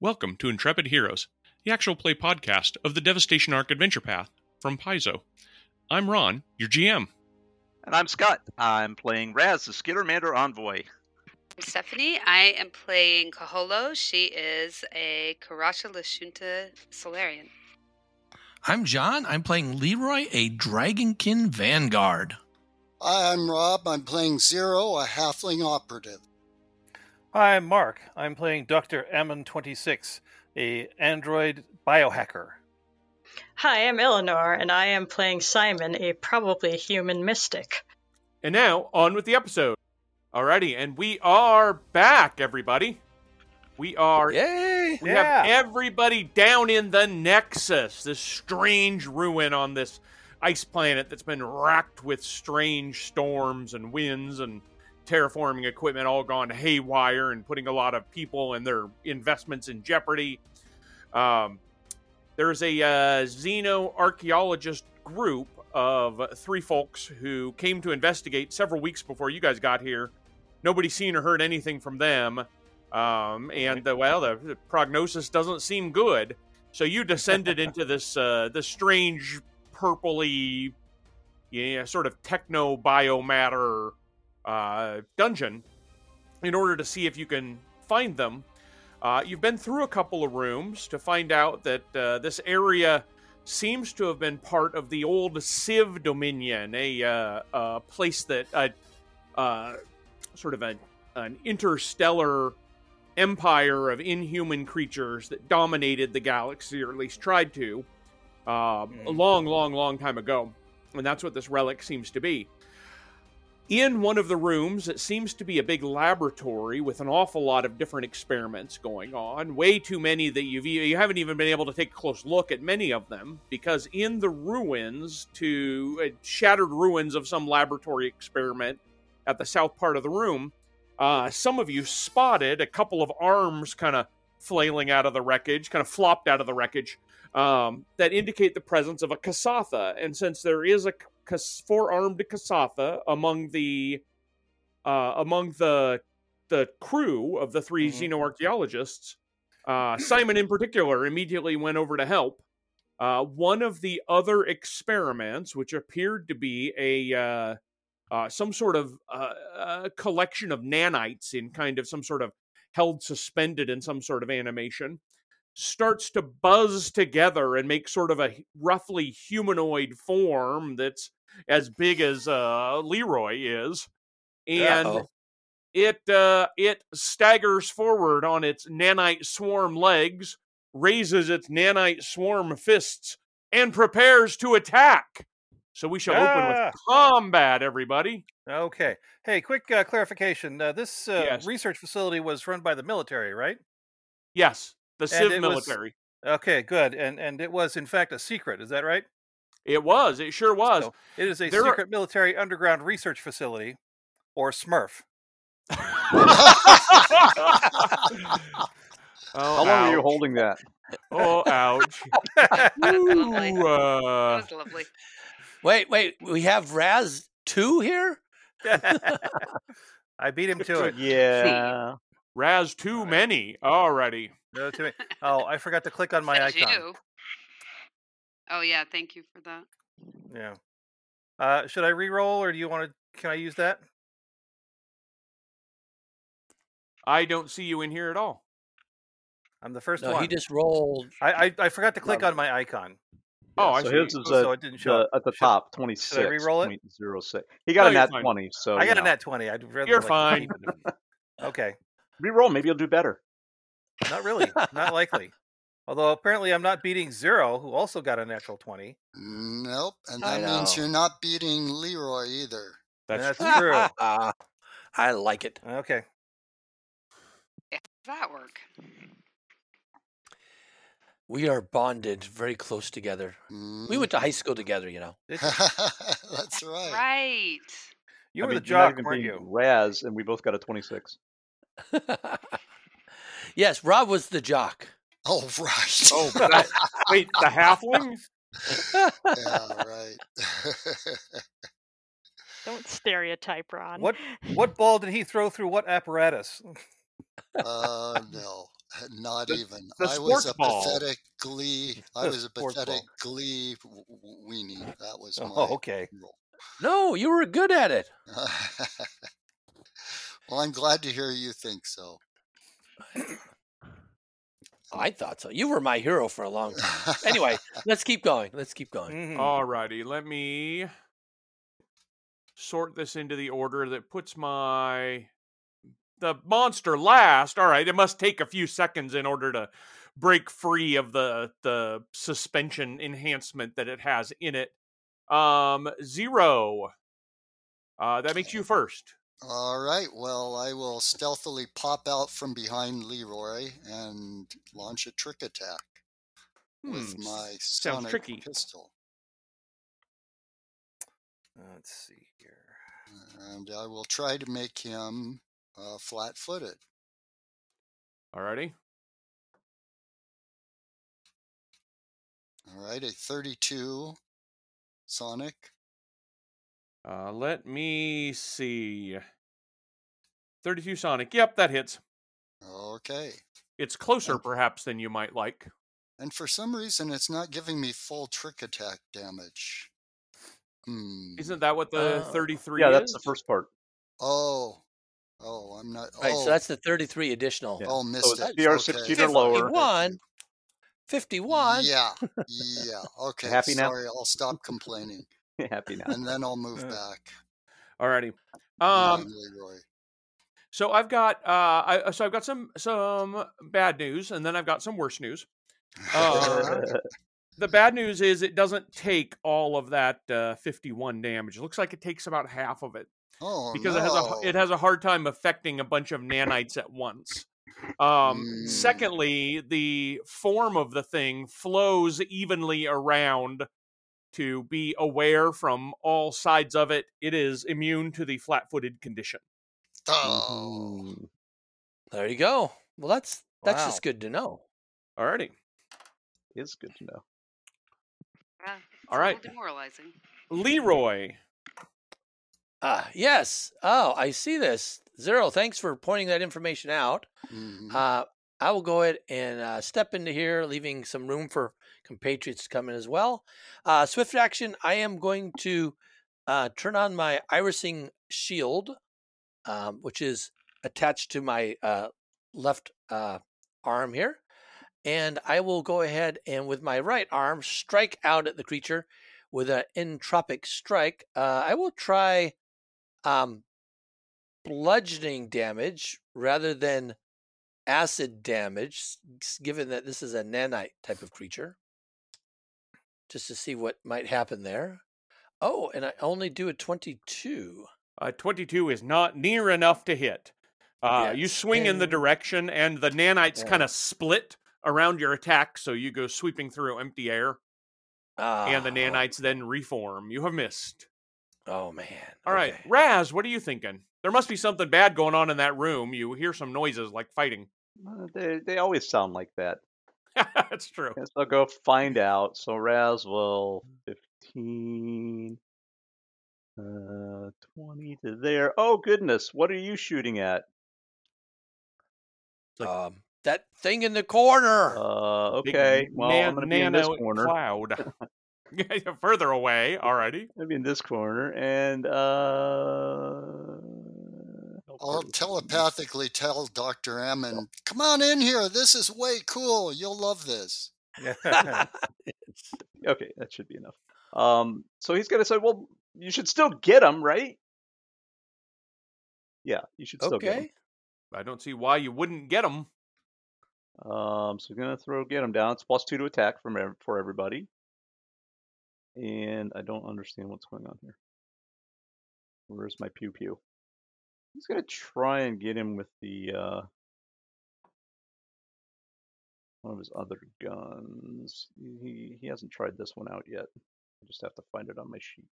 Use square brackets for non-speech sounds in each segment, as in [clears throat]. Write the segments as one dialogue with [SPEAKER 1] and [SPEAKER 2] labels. [SPEAKER 1] Welcome to Intrepid Heroes, the actual play podcast of the Devastation Arc Adventure Path from Paizo. I'm Ron, your GM.
[SPEAKER 2] And I'm Scott. I'm playing Raz, the Skittermander Envoy.
[SPEAKER 3] I'm Stephanie. I am playing Kaholo. She is a Karacha Lashunta Solarian.
[SPEAKER 4] I'm John. I'm playing Leroy, a Dragonkin Vanguard.
[SPEAKER 5] Hi, I'm Rob. I'm playing Zero, a halfling operative.
[SPEAKER 6] Hi, I'm Mark. I'm playing Dr. Ammon26, a android biohacker.
[SPEAKER 7] Hi, I'm Eleanor, and I am playing Simon, a probably human mystic.
[SPEAKER 8] And now, on with the episode. Alrighty, and we are back, everybody. We are. [laughs]
[SPEAKER 9] [laughs]
[SPEAKER 4] Yay!
[SPEAKER 8] We
[SPEAKER 6] Yeah.
[SPEAKER 8] have everybody down in the Nexus, this strange ruin on this ice planet that's been racked with strange storms and winds and terraforming equipment all gone haywire and putting a lot of people and their investments in jeopardy. Um, there's a uh, xenoarchaeologist group of three folks who came to investigate several weeks before you guys got here. Nobody's seen or heard anything from them. Um, and the, well, the, the prognosis doesn't seem good. So you descended into this uh, this strange purpley, yeah, sort of techno biomatter uh, dungeon in order to see if you can find them. Uh, you've been through a couple of rooms to find out that uh, this area seems to have been part of the old Civ Dominion, a uh, uh, place that uh, uh, sort of an an interstellar empire of inhuman creatures that dominated the galaxy, or at least tried to, um, a long, long, long time ago. And that's what this relic seems to be. In one of the rooms, it seems to be a big laboratory with an awful lot of different experiments going on. Way too many that you've e, you haven't even been able to take a close look at many of them because in the ruins, to uh, shattered ruins of some laboratory experiment at the south part of the room, uh, some of you spotted a couple of arms kind of flailing out of the wreckage, kind of flopped out of the wreckage, um, that indicate the presence of a Kasatha. And since there is a cas- four-armed Kasatha among the uh, among the the crew of the 3
[SPEAKER 6] Mhm.
[SPEAKER 8] xenoarchaeologists, uh, Simon in particular immediately went over to help. Uh, one of the other experiments, which appeared to be a uh, uh, some sort of uh, uh, collection of nanites in kind of some sort of held suspended in some sort of animation, starts to buzz together and make sort of a roughly humanoid form that's as big as uh, Leroy is, and
[SPEAKER 4] Uh-oh.
[SPEAKER 8] it uh, it staggers forward on its nanite swarm legs, raises its nanite swarm fists, and prepares to attack. So we shall open
[SPEAKER 6] Ah.
[SPEAKER 8] with combat, everybody.
[SPEAKER 6] Okay. Hey, quick uh, clarification. Uh, this uh,
[SPEAKER 8] Yes.
[SPEAKER 6] research facility was run by the military, right?
[SPEAKER 8] Yes, the Civ
[SPEAKER 6] it was-
[SPEAKER 8] military.
[SPEAKER 6] Okay, good. And and it was in fact a secret. Is that right?
[SPEAKER 8] It was. It sure was.
[SPEAKER 6] So it is a
[SPEAKER 8] there are-
[SPEAKER 6] secret military underground research facility, or SMURF. [laughs]
[SPEAKER 8] Oh,
[SPEAKER 10] How long are you
[SPEAKER 8] ouch.
[SPEAKER 10] holding that?
[SPEAKER 8] Oh, ouch.
[SPEAKER 3] lovely.
[SPEAKER 8] Ooh, uh,
[SPEAKER 3] that
[SPEAKER 8] [laughs]
[SPEAKER 3] was lovely.
[SPEAKER 4] Wait, wait. We have Raz 2 here?
[SPEAKER 6] I beat him to [laughs] it.
[SPEAKER 10] Yeah.
[SPEAKER 8] Raz, too many already.
[SPEAKER 3] [laughs]
[SPEAKER 6] No, to me. Oh, I forgot to click on my
[SPEAKER 3] Says
[SPEAKER 6] icon.
[SPEAKER 3] you. Oh yeah, thank you for that.
[SPEAKER 6] Yeah. Uh, should I re-roll, or do you want to? Can I use that?
[SPEAKER 8] I don't see you in here at all.
[SPEAKER 6] I'm the first
[SPEAKER 4] No,
[SPEAKER 6] one.
[SPEAKER 4] he just rolled.
[SPEAKER 6] I, I I forgot to click on my icon,
[SPEAKER 8] Oh, I
[SPEAKER 10] so
[SPEAKER 8] see.
[SPEAKER 10] his is
[SPEAKER 6] so
[SPEAKER 10] a,
[SPEAKER 6] it didn't show.
[SPEAKER 10] the,
[SPEAKER 6] up.
[SPEAKER 10] at the
[SPEAKER 6] Should-
[SPEAKER 10] top, 26.
[SPEAKER 6] re-roll it?
[SPEAKER 10] He got
[SPEAKER 8] No, you're
[SPEAKER 10] a nat
[SPEAKER 8] fine.
[SPEAKER 10] 20, so.
[SPEAKER 6] I got
[SPEAKER 10] you
[SPEAKER 6] a
[SPEAKER 10] know.
[SPEAKER 6] nat twenty. I'd rather
[SPEAKER 8] You're
[SPEAKER 6] like
[SPEAKER 8] fine.
[SPEAKER 6] 20 than- okay,
[SPEAKER 10] Reroll, maybe you'll do better.
[SPEAKER 6] not really, not likely. Although apparently I'm not beating Zero, who also got a natural twenty.
[SPEAKER 5] Nope. And
[SPEAKER 4] I
[SPEAKER 5] that means
[SPEAKER 4] know.
[SPEAKER 5] you're not beating Leroy either.
[SPEAKER 8] That's
[SPEAKER 6] That's true.
[SPEAKER 9] [laughs]
[SPEAKER 4] I like it.
[SPEAKER 6] Okay.
[SPEAKER 3] How'd that work?
[SPEAKER 4] We are bonded very close together. We
[SPEAKER 5] Mm.
[SPEAKER 4] went to high school together, you know.
[SPEAKER 10] [laughs]
[SPEAKER 6] Did-
[SPEAKER 5] [laughs] That's right.
[SPEAKER 3] Right.
[SPEAKER 6] You
[SPEAKER 10] I
[SPEAKER 6] were
[SPEAKER 10] mean,
[SPEAKER 6] the
[SPEAKER 10] you're not
[SPEAKER 6] jock,
[SPEAKER 10] even
[SPEAKER 6] weren't
[SPEAKER 10] being
[SPEAKER 6] you?
[SPEAKER 10] Raz, and we both got a 26.
[SPEAKER 9] [laughs]
[SPEAKER 4] yes, Rob was the jock.
[SPEAKER 5] Oh, right.
[SPEAKER 8] Oh, that- wait, the halfling?
[SPEAKER 5] [laughs] yeah, right. [laughs]
[SPEAKER 7] Don't stereotype, Ron.
[SPEAKER 6] [laughs] What ball did he throw through what apparatus?
[SPEAKER 5] uh, no. Not
[SPEAKER 10] The-
[SPEAKER 5] even.
[SPEAKER 8] the
[SPEAKER 5] I was
[SPEAKER 8] sports
[SPEAKER 5] a
[SPEAKER 8] ball.
[SPEAKER 5] pathetic glee. I
[SPEAKER 6] The
[SPEAKER 5] was a
[SPEAKER 6] sports ball.
[SPEAKER 5] pathetic glee w- w- weenie. That was my
[SPEAKER 6] Oh, okay.
[SPEAKER 5] role.
[SPEAKER 9] No, you were good at it.
[SPEAKER 5] [laughs] well, I'm glad to hear you think so.
[SPEAKER 9] I thought so. You were my hero for a long time.
[SPEAKER 5] [laughs]
[SPEAKER 9] Anyway, let's keep going. Let's keep going.
[SPEAKER 6] Mhm.
[SPEAKER 8] Oh, Alrighty, let me sort this into the order that puts my the monster last. All right, it must take a few seconds in order to break free of the the suspension enhancement that it has in it. Um, zero. Uh, that makes you first.
[SPEAKER 5] All right. Well, I will stealthily pop out from behind Leroy and launch a trick attack with
[SPEAKER 8] Hmm,
[SPEAKER 5] my
[SPEAKER 8] sounds
[SPEAKER 5] sonic
[SPEAKER 8] tricky.
[SPEAKER 5] pistol.
[SPEAKER 6] Let's see here. [laughs]
[SPEAKER 10] [laughs]
[SPEAKER 5] And I will try to make him uh, flat footed.
[SPEAKER 8] Alrighty.
[SPEAKER 5] All right. A 32 sonic.
[SPEAKER 8] Uh, let me see. Thirty-two Sonic. Yep, that hits.
[SPEAKER 5] Okay.
[SPEAKER 8] It's closer, perhaps, than you might like.
[SPEAKER 5] And for some reason, it's not giving me full trick attack damage. Hmm.
[SPEAKER 8] Isn't that what the
[SPEAKER 9] Oh.
[SPEAKER 8] 33
[SPEAKER 10] Yeah,
[SPEAKER 8] is?
[SPEAKER 10] that's the first part. [laughs]
[SPEAKER 5] Oh. Oh, I'm not.
[SPEAKER 9] Right,
[SPEAKER 5] oh,
[SPEAKER 9] so that's the 33 additional.
[SPEAKER 10] Yeah.
[SPEAKER 5] oh,
[SPEAKER 10] So
[SPEAKER 5] missed
[SPEAKER 10] it's
[SPEAKER 5] it.
[SPEAKER 10] BR
[SPEAKER 5] Okay.
[SPEAKER 10] 16 or lower.
[SPEAKER 9] 51.
[SPEAKER 8] [laughs]
[SPEAKER 9] 51.
[SPEAKER 5] Yeah. Yeah. Okay.
[SPEAKER 10] Happy now?
[SPEAKER 5] Sorry, I'll stop complaining [laughs]
[SPEAKER 10] Happy now.
[SPEAKER 5] and then I'll move back.
[SPEAKER 8] Alrighty.
[SPEAKER 5] on
[SPEAKER 8] Uh, Um,
[SPEAKER 5] Leroy.
[SPEAKER 8] so I've got uh, I, so I've got some some bad news, and then I've got some worse news. uh, The bad news is it doesn't take all of that uh, 51 damage. It looks like it takes about half of it
[SPEAKER 5] [laughs] oh,
[SPEAKER 8] because it has a it has a hard time affecting a bunch of nanites at once. Um,
[SPEAKER 5] Mm.
[SPEAKER 8] Secondly, the form of the thing flows evenly around to be aware from all sides of it. It is immune to the flat-footed condition.
[SPEAKER 5] Oh.
[SPEAKER 8] Mm-hmm.
[SPEAKER 9] Mhm. There you go. Well, that's that's
[SPEAKER 6] Wow.
[SPEAKER 9] just good to know.
[SPEAKER 8] Alrighty.
[SPEAKER 10] It's good to know.
[SPEAKER 3] Yeah, it's
[SPEAKER 8] All
[SPEAKER 3] a
[SPEAKER 8] right.
[SPEAKER 3] little demoralizing.
[SPEAKER 8] Leroy.
[SPEAKER 9] Ah, yes. Oh, I see this. Zero, thanks for pointing that information out.
[SPEAKER 5] Mhm.
[SPEAKER 9] Uh, I will go ahead and uh, step into here, leaving some room for compatriots to come in as well. Uh, swift action, I am going to uh, turn on my irising shield, um, which is attached to my uh, left uh, arm here. And I will go ahead and with my right arm strike out at the creature with an entropic strike. Uh, I will try um, bludgeoning damage rather than acid damage, s- s- given that this is a nanite type of creature, just to see what might happen there. Oh, and I only do a 22.
[SPEAKER 8] Uh, 22 is not near enough to hit. Uh, You
[SPEAKER 9] Yes.
[SPEAKER 8] swing in the
[SPEAKER 9] Mm.
[SPEAKER 8] direction, and the nanites
[SPEAKER 9] Yeah.
[SPEAKER 8] kind of split around your attack, so you go sweeping through empty air, and the
[SPEAKER 9] Ah,
[SPEAKER 8] nanites then reform. You have missed.
[SPEAKER 9] Oh, man.
[SPEAKER 8] All right,
[SPEAKER 9] Okay.
[SPEAKER 8] Raz, what are you thinking? There must be something bad going on in that room. You hear some noises like fighting. [laughs]
[SPEAKER 10] Uh, They, they always sound like that.
[SPEAKER 8] That's true.
[SPEAKER 10] Yes, I'll go find out. So Raz will 15, uh, 20 to there. Oh, goodness. What are you shooting at? like-
[SPEAKER 9] Um, that thing in the corner.
[SPEAKER 10] Uh,
[SPEAKER 8] Big
[SPEAKER 10] okay. Well,
[SPEAKER 8] nan-
[SPEAKER 10] I'm going to be in this
[SPEAKER 8] nano
[SPEAKER 10] corner. [laughs]
[SPEAKER 8] Cloud. [laughs] Yeah, Further away, alrighty.
[SPEAKER 10] I'm going to be in this corner. And, uh,
[SPEAKER 8] [laughs]
[SPEAKER 5] I'll telepathically tell Dr. Ammon, come on in here. This is way cool. You'll love this.
[SPEAKER 10] Okay, that should be enough. Um, so he's going to say, well, you should still get him, right? Yeah, you should still get him.
[SPEAKER 9] okay.
[SPEAKER 8] I don't see why you wouldn't get
[SPEAKER 10] [laughs]
[SPEAKER 8] them.
[SPEAKER 10] Um, so we're gonna throw get him down. It's plus two to attack from ev- for everybody. And I don't understand what's going on here. Where's my pew pew? He's gonna try and get him with the uh, one of his other guns. He he hasn't tried this one out yet. I just have to find it on my sheet.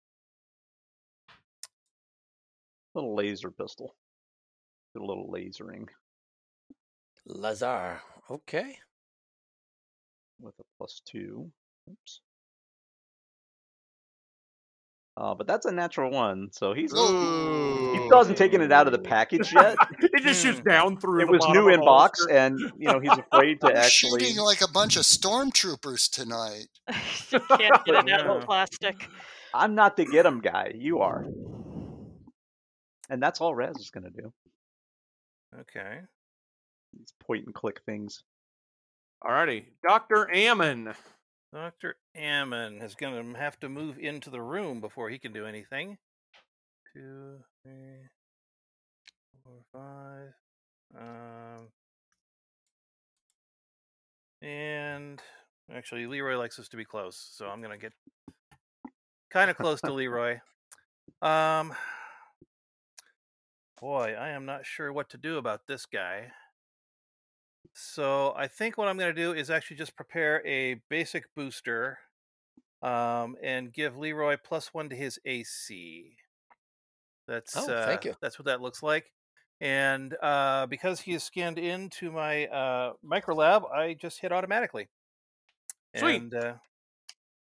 [SPEAKER 10] Little laser pistol. Do a little lasering
[SPEAKER 9] Lazar. Okay.
[SPEAKER 10] with a plus two. Oops. Uh, but that's a natural one, so he's he
[SPEAKER 5] Ooh.
[SPEAKER 10] still hasn't taken it out of the
[SPEAKER 8] [laughs]
[SPEAKER 10] package yet.
[SPEAKER 8] it just shoots down through.
[SPEAKER 10] Hmm. it
[SPEAKER 8] the
[SPEAKER 10] was
[SPEAKER 8] bottom
[SPEAKER 10] new
[SPEAKER 8] of
[SPEAKER 10] in
[SPEAKER 8] the
[SPEAKER 10] box,
[SPEAKER 8] holster. Oh,
[SPEAKER 10] and you know Oh, [laughs] he's
[SPEAKER 8] [laughs]
[SPEAKER 10] afraid to
[SPEAKER 5] We're
[SPEAKER 10] actually.
[SPEAKER 5] shooting like a bunch of stormtroopers tonight.
[SPEAKER 7] [laughs] you can't get it out of
[SPEAKER 8] Yeah.
[SPEAKER 7] the plastic.
[SPEAKER 10] I'm not the get 'em guy. You are. And that's all Raz is gonna do.
[SPEAKER 6] Okay.
[SPEAKER 10] These point and click things.
[SPEAKER 8] Alrighty, Doctor Ammon.
[SPEAKER 6] Dr. Ammon is going to have to move into the room before he can do anything. Two, three, four, five. Um, and actually, Leroy likes us to be close, so I'm going to get kind of close
[SPEAKER 9] [laughs]
[SPEAKER 6] to Leroy. Um, boy, I am not sure what to do about this guy. So I think what I'm going to do is actually just prepare a basic booster um, and give Leroy plus one to his AC. That's
[SPEAKER 9] Oh,
[SPEAKER 6] uh,
[SPEAKER 9] thank you.
[SPEAKER 6] That's what that looks like. And uh, because he is scanned into my uh, micro lab, I just hit automatically.
[SPEAKER 8] Sweet.
[SPEAKER 6] And uh,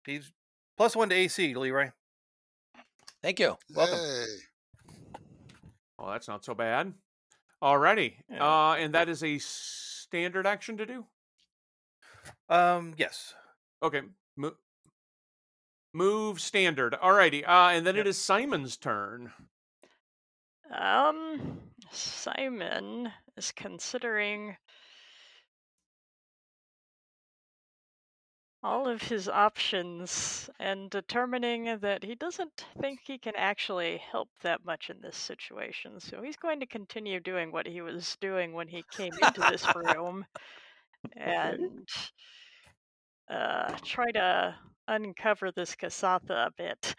[SPEAKER 6] he's plus one to AC, Leroy.
[SPEAKER 9] Thank you. Welcome.
[SPEAKER 5] Hey.
[SPEAKER 8] Oh, that's not so bad. Alrighty,
[SPEAKER 6] Yeah.
[SPEAKER 8] uh, and that is a standard action to do.
[SPEAKER 6] Um, yes.
[SPEAKER 8] Okay, mo- move standard. Alrighty, uh, and then it is Simon's turn.
[SPEAKER 7] Um, Simon is considering all of his options and determining that he doesn't think he can actually help that much in this situation. So he's going to continue doing what he was doing when he came into this room and uh, try to uncover this Kasatha a bit.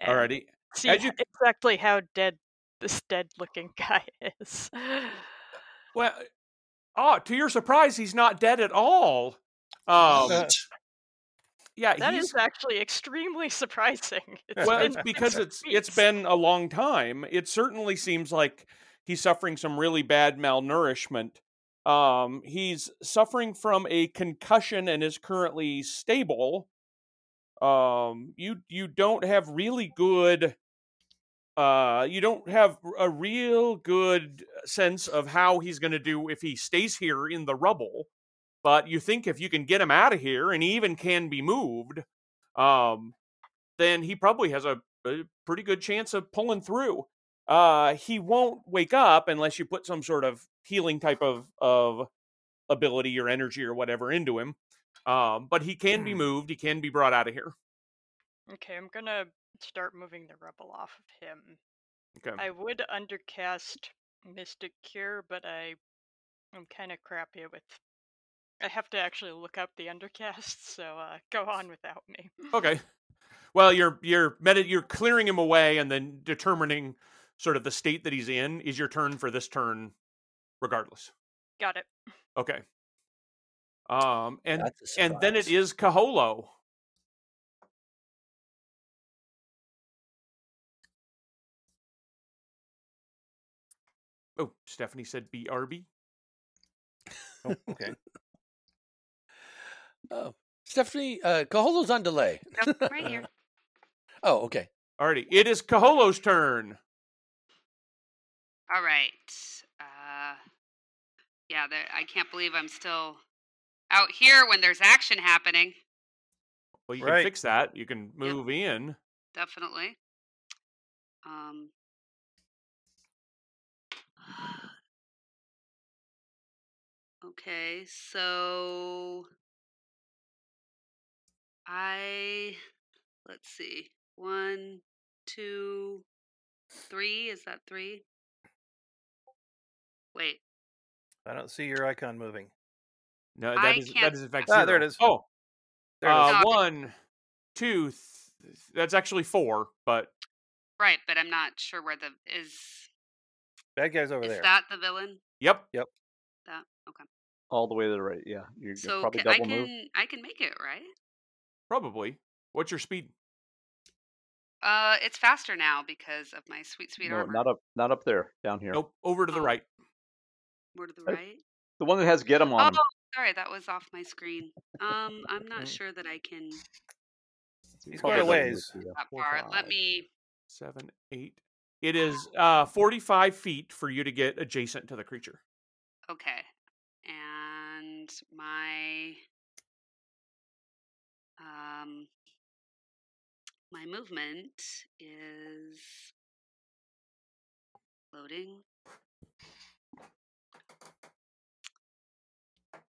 [SPEAKER 7] and
[SPEAKER 8] Alrighty,
[SPEAKER 7] see
[SPEAKER 8] As you-
[SPEAKER 7] h- exactly how dead this dead looking [laughs] guy is.
[SPEAKER 8] Well, uh, oh, to your surprise, he's not dead at all. Um,
[SPEAKER 10] [laughs]
[SPEAKER 5] What?
[SPEAKER 8] yeah,
[SPEAKER 7] that
[SPEAKER 8] he's,
[SPEAKER 7] is actually extremely [laughs] surprising. It's
[SPEAKER 8] well,
[SPEAKER 7] been [laughs]
[SPEAKER 8] it's because
[SPEAKER 7] six
[SPEAKER 8] it's it's
[SPEAKER 7] weeks.
[SPEAKER 8] been a long time. It certainly seems like he's suffering some really bad malnourishment. Um, he's suffering from a concussion and is currently stable. Um, you you don't have really good. Uh, you don't have a real good sense of how he's going to do if he stays here in the rubble. But you think if you can get him out of here, and he even can be moved, um, then he probably has a, a pretty good chance of pulling through. Uh, he won't wake up unless you put some sort of healing type of of ability or energy or whatever into him. Um, but he can be moved. He can be brought out of here.
[SPEAKER 7] Okay, I'm gonna start moving the rubble off of him.
[SPEAKER 8] Okay.
[SPEAKER 7] I would undercast Mystic Cure, but I I'm kind of crappy with. I have to actually look up the undercast, [laughs] so uh, go on without me.
[SPEAKER 8] Okay. Well, you're you're medi- you're clearing him away and then determining sort of the state that he's in is your turn for this turn, regardless.
[SPEAKER 7] Got it.
[SPEAKER 8] Okay. Um, and
[SPEAKER 9] That's a
[SPEAKER 8] and then it
[SPEAKER 9] surprise.
[SPEAKER 8] is Kaholo. Oh, Stephanie said BRB. [laughs]
[SPEAKER 9] [laughs]
[SPEAKER 6] Okay.
[SPEAKER 9] Oh, Stephanie, uh, Caholo's on delay.
[SPEAKER 8] [laughs]
[SPEAKER 3] Nope, right here.
[SPEAKER 9] Oh, okay.
[SPEAKER 8] Alrighty, it is Kaholo's turn.
[SPEAKER 3] All right. Uh, yeah, there, I can't believe I'm still out here when there's action happening.
[SPEAKER 8] Well, you
[SPEAKER 6] Right.
[SPEAKER 8] can fix that. You can move in.
[SPEAKER 3] Definitely. Um, [sighs] okay, so I let's see. One, two, three. Is that three? Wait.
[SPEAKER 6] I don't see your icon moving.
[SPEAKER 8] No,
[SPEAKER 3] I
[SPEAKER 8] that is that
[SPEAKER 3] can't-
[SPEAKER 8] is in fact
[SPEAKER 6] Ah, there
[SPEAKER 8] zero.
[SPEAKER 6] it is.
[SPEAKER 8] Oh,
[SPEAKER 6] There it is.
[SPEAKER 8] uh,
[SPEAKER 3] No, I-
[SPEAKER 8] one, two. Th- that's actually four, but
[SPEAKER 3] Right, but I'm not sure where the is
[SPEAKER 6] Bad guy's over
[SPEAKER 3] is
[SPEAKER 6] there.
[SPEAKER 3] that the villain?
[SPEAKER 8] yep.
[SPEAKER 3] That okay.
[SPEAKER 10] All the way to the right, yeah. You're gonna
[SPEAKER 3] So
[SPEAKER 10] probably
[SPEAKER 3] ca- I
[SPEAKER 10] double
[SPEAKER 3] can
[SPEAKER 10] move.
[SPEAKER 3] I can make it, right?
[SPEAKER 8] Probably. What's your speed?
[SPEAKER 3] Uh it's faster now because of my sweet sweet
[SPEAKER 10] No,
[SPEAKER 3] armor.
[SPEAKER 10] not up not up there, down here.
[SPEAKER 8] Nope. Over to the
[SPEAKER 3] Oh.
[SPEAKER 8] right.
[SPEAKER 3] More to the
[SPEAKER 10] I-
[SPEAKER 3] right.
[SPEAKER 10] The one that has get 'em on
[SPEAKER 3] Oh,
[SPEAKER 10] him.
[SPEAKER 3] sorry, that was off my screen. Um, I'm not
[SPEAKER 6] Mm.
[SPEAKER 3] sure that I can.
[SPEAKER 10] It's
[SPEAKER 6] He's
[SPEAKER 10] Probably
[SPEAKER 6] quite a
[SPEAKER 10] doesn't look
[SPEAKER 6] ways.
[SPEAKER 10] to you.
[SPEAKER 3] Not
[SPEAKER 8] Four,
[SPEAKER 3] far.
[SPEAKER 8] five.
[SPEAKER 3] Let me.
[SPEAKER 8] seven, eight. It is uh, 45 feet for you to get adjacent to the creature.
[SPEAKER 3] Okay. And my um my movement is loading.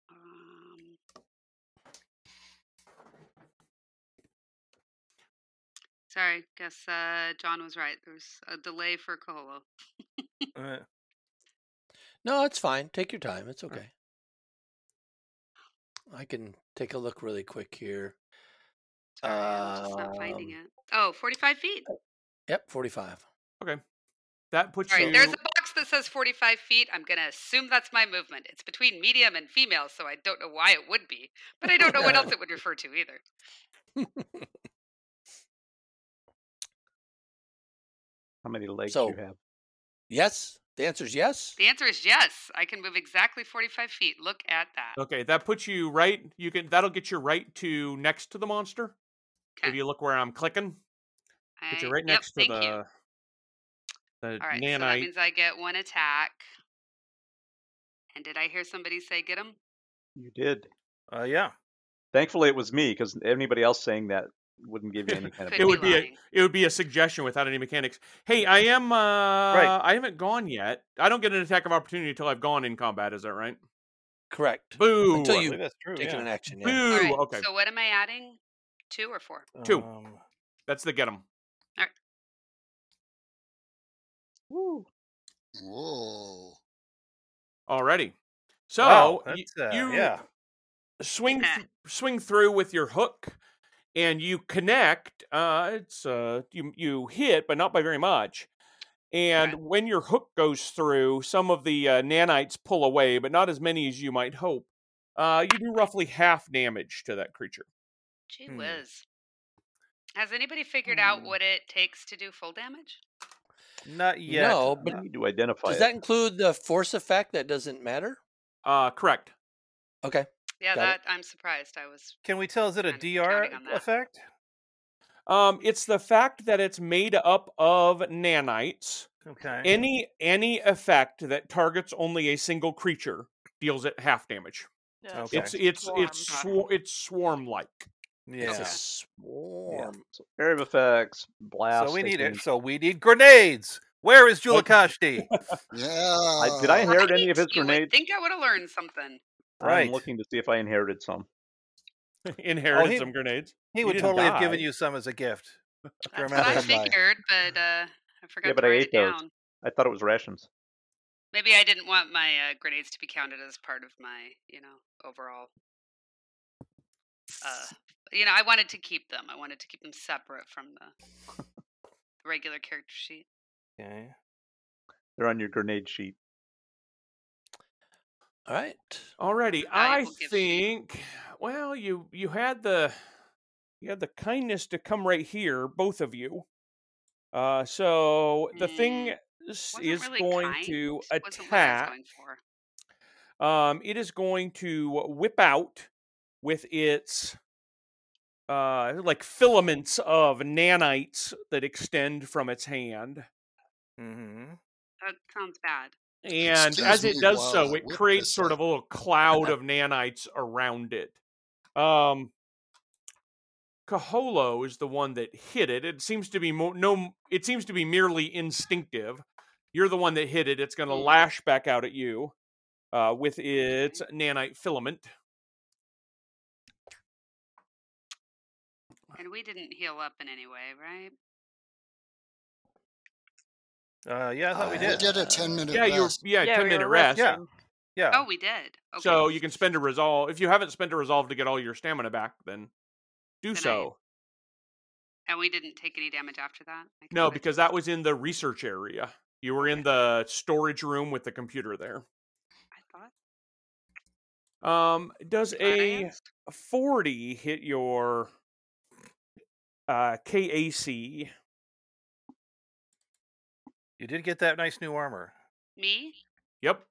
[SPEAKER 3] Um Sorry, guess uh, John was right. There's a delay for Koholo.
[SPEAKER 6] Uh,
[SPEAKER 9] No, it's fine. Take your time. It's okay. I can take a look really quick here.
[SPEAKER 3] Sorry, I'm just not finding
[SPEAKER 9] Um,
[SPEAKER 3] it. Oh, 45 feet.
[SPEAKER 9] Yep, 45.
[SPEAKER 8] That puts
[SPEAKER 3] All right,
[SPEAKER 8] you.
[SPEAKER 3] there's a box that says 45 feet. I'm going to assume that's my movement. It's between medium and female, so I don't know why it would be, but I don't know
[SPEAKER 8] [laughs]
[SPEAKER 3] what else it would refer to either.
[SPEAKER 10] How many legs
[SPEAKER 9] So-
[SPEAKER 10] do you have?
[SPEAKER 9] Yes. The answer is yes.
[SPEAKER 3] The answer is yes. I can move exactly 45 feet. Look at that.
[SPEAKER 8] Okay, that puts you right. You can. That'll get you right to next to the monster. If
[SPEAKER 3] Okay.
[SPEAKER 8] you look where I'm clicking, put you
[SPEAKER 3] I-
[SPEAKER 8] right
[SPEAKER 3] yep,
[SPEAKER 8] next
[SPEAKER 3] thank
[SPEAKER 8] to
[SPEAKER 3] you.
[SPEAKER 8] the the
[SPEAKER 3] All right, so that
[SPEAKER 8] nanite.
[SPEAKER 3] means I get one attack. And did I hear somebody say get him?
[SPEAKER 10] You did.
[SPEAKER 6] uh, yeah.
[SPEAKER 10] Thankfully, it was me because anybody else saying that wouldn't give
[SPEAKER 6] [laughs]
[SPEAKER 10] you any kind of.
[SPEAKER 3] Could
[SPEAKER 8] it would be a,
[SPEAKER 3] lying.
[SPEAKER 8] it would be a suggestion without any mechanics. Hey, I am uh I haven't gone yet. I don't get an attack of opportunity until I've gone in combat, is that right?
[SPEAKER 9] Correct.
[SPEAKER 8] Boo.
[SPEAKER 9] Until
[SPEAKER 6] I
[SPEAKER 9] you
[SPEAKER 6] believe that's true.
[SPEAKER 9] Taking an
[SPEAKER 6] Yeah.
[SPEAKER 9] action.
[SPEAKER 8] Boo.
[SPEAKER 9] Yeah.
[SPEAKER 3] All right,
[SPEAKER 8] Okay.
[SPEAKER 3] So what am I adding? Two or four?
[SPEAKER 8] Two.
[SPEAKER 6] Um,
[SPEAKER 8] That's the get 'em.
[SPEAKER 5] Whoa.
[SPEAKER 8] Already. So,
[SPEAKER 6] wow,
[SPEAKER 8] y-
[SPEAKER 6] that's, uh,
[SPEAKER 8] you
[SPEAKER 6] yeah.
[SPEAKER 8] swing
[SPEAKER 3] Yeah.
[SPEAKER 8] th- swing through with your hook and you connect uh it's uh you you hit but not by very much and
[SPEAKER 3] Right.
[SPEAKER 8] when your hook goes through some of the uh, nanites pull away but not as many as you might hope uh you do roughly half damage to that creature
[SPEAKER 3] Gee
[SPEAKER 6] Hmm.
[SPEAKER 3] whiz. Has anybody figured out
[SPEAKER 8] Hmm.
[SPEAKER 3] what it takes to do full damage?
[SPEAKER 6] Not yet. Uh,
[SPEAKER 9] No,
[SPEAKER 10] But
[SPEAKER 9] but
[SPEAKER 10] you need to identify
[SPEAKER 9] does
[SPEAKER 10] it.
[SPEAKER 9] that include the force effect that doesn't matter?
[SPEAKER 8] uh correct
[SPEAKER 9] Okay.
[SPEAKER 3] Yeah,
[SPEAKER 9] Got
[SPEAKER 3] that
[SPEAKER 9] it.
[SPEAKER 3] I'm surprised. I was
[SPEAKER 6] Can we tell? Is it a
[SPEAKER 3] I'm
[SPEAKER 6] DR
[SPEAKER 3] counting on that.
[SPEAKER 6] effect?
[SPEAKER 8] um it's the fact that it's made up of nanites
[SPEAKER 6] Okay.
[SPEAKER 8] any any effect that targets only a single creature deals it half damage
[SPEAKER 7] No,
[SPEAKER 6] Okay.
[SPEAKER 8] it's it's it's
[SPEAKER 7] swarm.
[SPEAKER 8] swar- it's swarm [laughs] like
[SPEAKER 9] It's
[SPEAKER 6] yeah.
[SPEAKER 9] a swarm.
[SPEAKER 10] So area of effects, blast.
[SPEAKER 6] So we need it.
[SPEAKER 10] taking-
[SPEAKER 6] So we need grenades. Where is
[SPEAKER 3] Oh,
[SPEAKER 10] Like-
[SPEAKER 6] Julakashti?
[SPEAKER 5] Yeah.
[SPEAKER 10] I- did I inherit any of
[SPEAKER 3] Right?
[SPEAKER 10] his
[SPEAKER 3] You would
[SPEAKER 10] grenades?
[SPEAKER 3] think I would have learned something.
[SPEAKER 6] Right.
[SPEAKER 10] I'm looking to see if I inherited some.
[SPEAKER 8] Oh, inherited
[SPEAKER 6] he-
[SPEAKER 8] some grenades
[SPEAKER 6] He would
[SPEAKER 8] didn't
[SPEAKER 6] totally have given
[SPEAKER 8] die.
[SPEAKER 6] you some as a gift. I
[SPEAKER 3] That's
[SPEAKER 6] remember
[SPEAKER 3] what I [laughs]
[SPEAKER 6] that guy.
[SPEAKER 3] figured, but uh, I forgot
[SPEAKER 10] but
[SPEAKER 3] to
[SPEAKER 10] I
[SPEAKER 3] write
[SPEAKER 10] ate
[SPEAKER 3] it
[SPEAKER 10] those.
[SPEAKER 3] down.
[SPEAKER 10] I thought it was rations.
[SPEAKER 3] Maybe I didn't want my uh, grenades to be counted as part of my, you know, overall. Uh, you know, I wanted to keep them. I wanted to keep them separate from the regular character sheet.
[SPEAKER 6] Okay.
[SPEAKER 10] They're on your grenade sheet.
[SPEAKER 9] All right.
[SPEAKER 8] Alrighty, I
[SPEAKER 3] valuable gift sheet.
[SPEAKER 8] think. Well, you you had the you had the kindness to come right here, both of you. Uh, so the thing
[SPEAKER 3] Mm,
[SPEAKER 8] s-
[SPEAKER 3] Wasn't
[SPEAKER 8] is
[SPEAKER 3] really
[SPEAKER 8] going
[SPEAKER 3] kind.
[SPEAKER 8] to
[SPEAKER 3] Wasn't what I was
[SPEAKER 8] attack.
[SPEAKER 3] going for.
[SPEAKER 8] Um, it is going to whip out with its uh like filaments of nanites that extend from its hand.
[SPEAKER 6] Mm-hmm.
[SPEAKER 3] That sounds bad.
[SPEAKER 8] and
[SPEAKER 5] Excuse
[SPEAKER 8] as it
[SPEAKER 5] me
[SPEAKER 8] does
[SPEAKER 5] while I
[SPEAKER 8] so, it
[SPEAKER 5] whip
[SPEAKER 8] creates
[SPEAKER 5] this
[SPEAKER 8] sort of
[SPEAKER 5] up.
[SPEAKER 8] a little
[SPEAKER 5] [laughs]
[SPEAKER 8] cloud of nanites around it. Um, Kaholo is the one that hit it. It seems to be mo- no. It seems to be merely instinctive. You're the one that hit it. It's going to
[SPEAKER 5] Mm.
[SPEAKER 3] Hmm.
[SPEAKER 8] lash back out at you uh, with its nanite filament.
[SPEAKER 3] And we didn't heal up in any way, right?
[SPEAKER 6] Uh, yeah, I thought we
[SPEAKER 5] We
[SPEAKER 6] did.
[SPEAKER 5] did a 10 minute
[SPEAKER 8] yeah, you're
[SPEAKER 5] rest.
[SPEAKER 8] yeah, ten
[SPEAKER 7] we
[SPEAKER 8] minute
[SPEAKER 7] were
[SPEAKER 8] rest.
[SPEAKER 6] Yeah.
[SPEAKER 7] resting.
[SPEAKER 6] Yeah.
[SPEAKER 3] Oh, we did. Okay.
[SPEAKER 8] So you can spend a resolve if you haven't spent a resolve to get all your stamina back. Then do
[SPEAKER 3] Then I-
[SPEAKER 8] so.
[SPEAKER 3] And we didn't take any damage after that. I
[SPEAKER 8] No,
[SPEAKER 3] counted.
[SPEAKER 8] because that was in the research area. You were in the storage room with the computer there.
[SPEAKER 3] I thought.
[SPEAKER 8] Um, does
[SPEAKER 3] glad I
[SPEAKER 8] a
[SPEAKER 3] asked.
[SPEAKER 8] 40 hit your uh, KAC?
[SPEAKER 3] [laughs]
[SPEAKER 6] You did get that nice new armor.
[SPEAKER 3] Me?
[SPEAKER 8] Yep.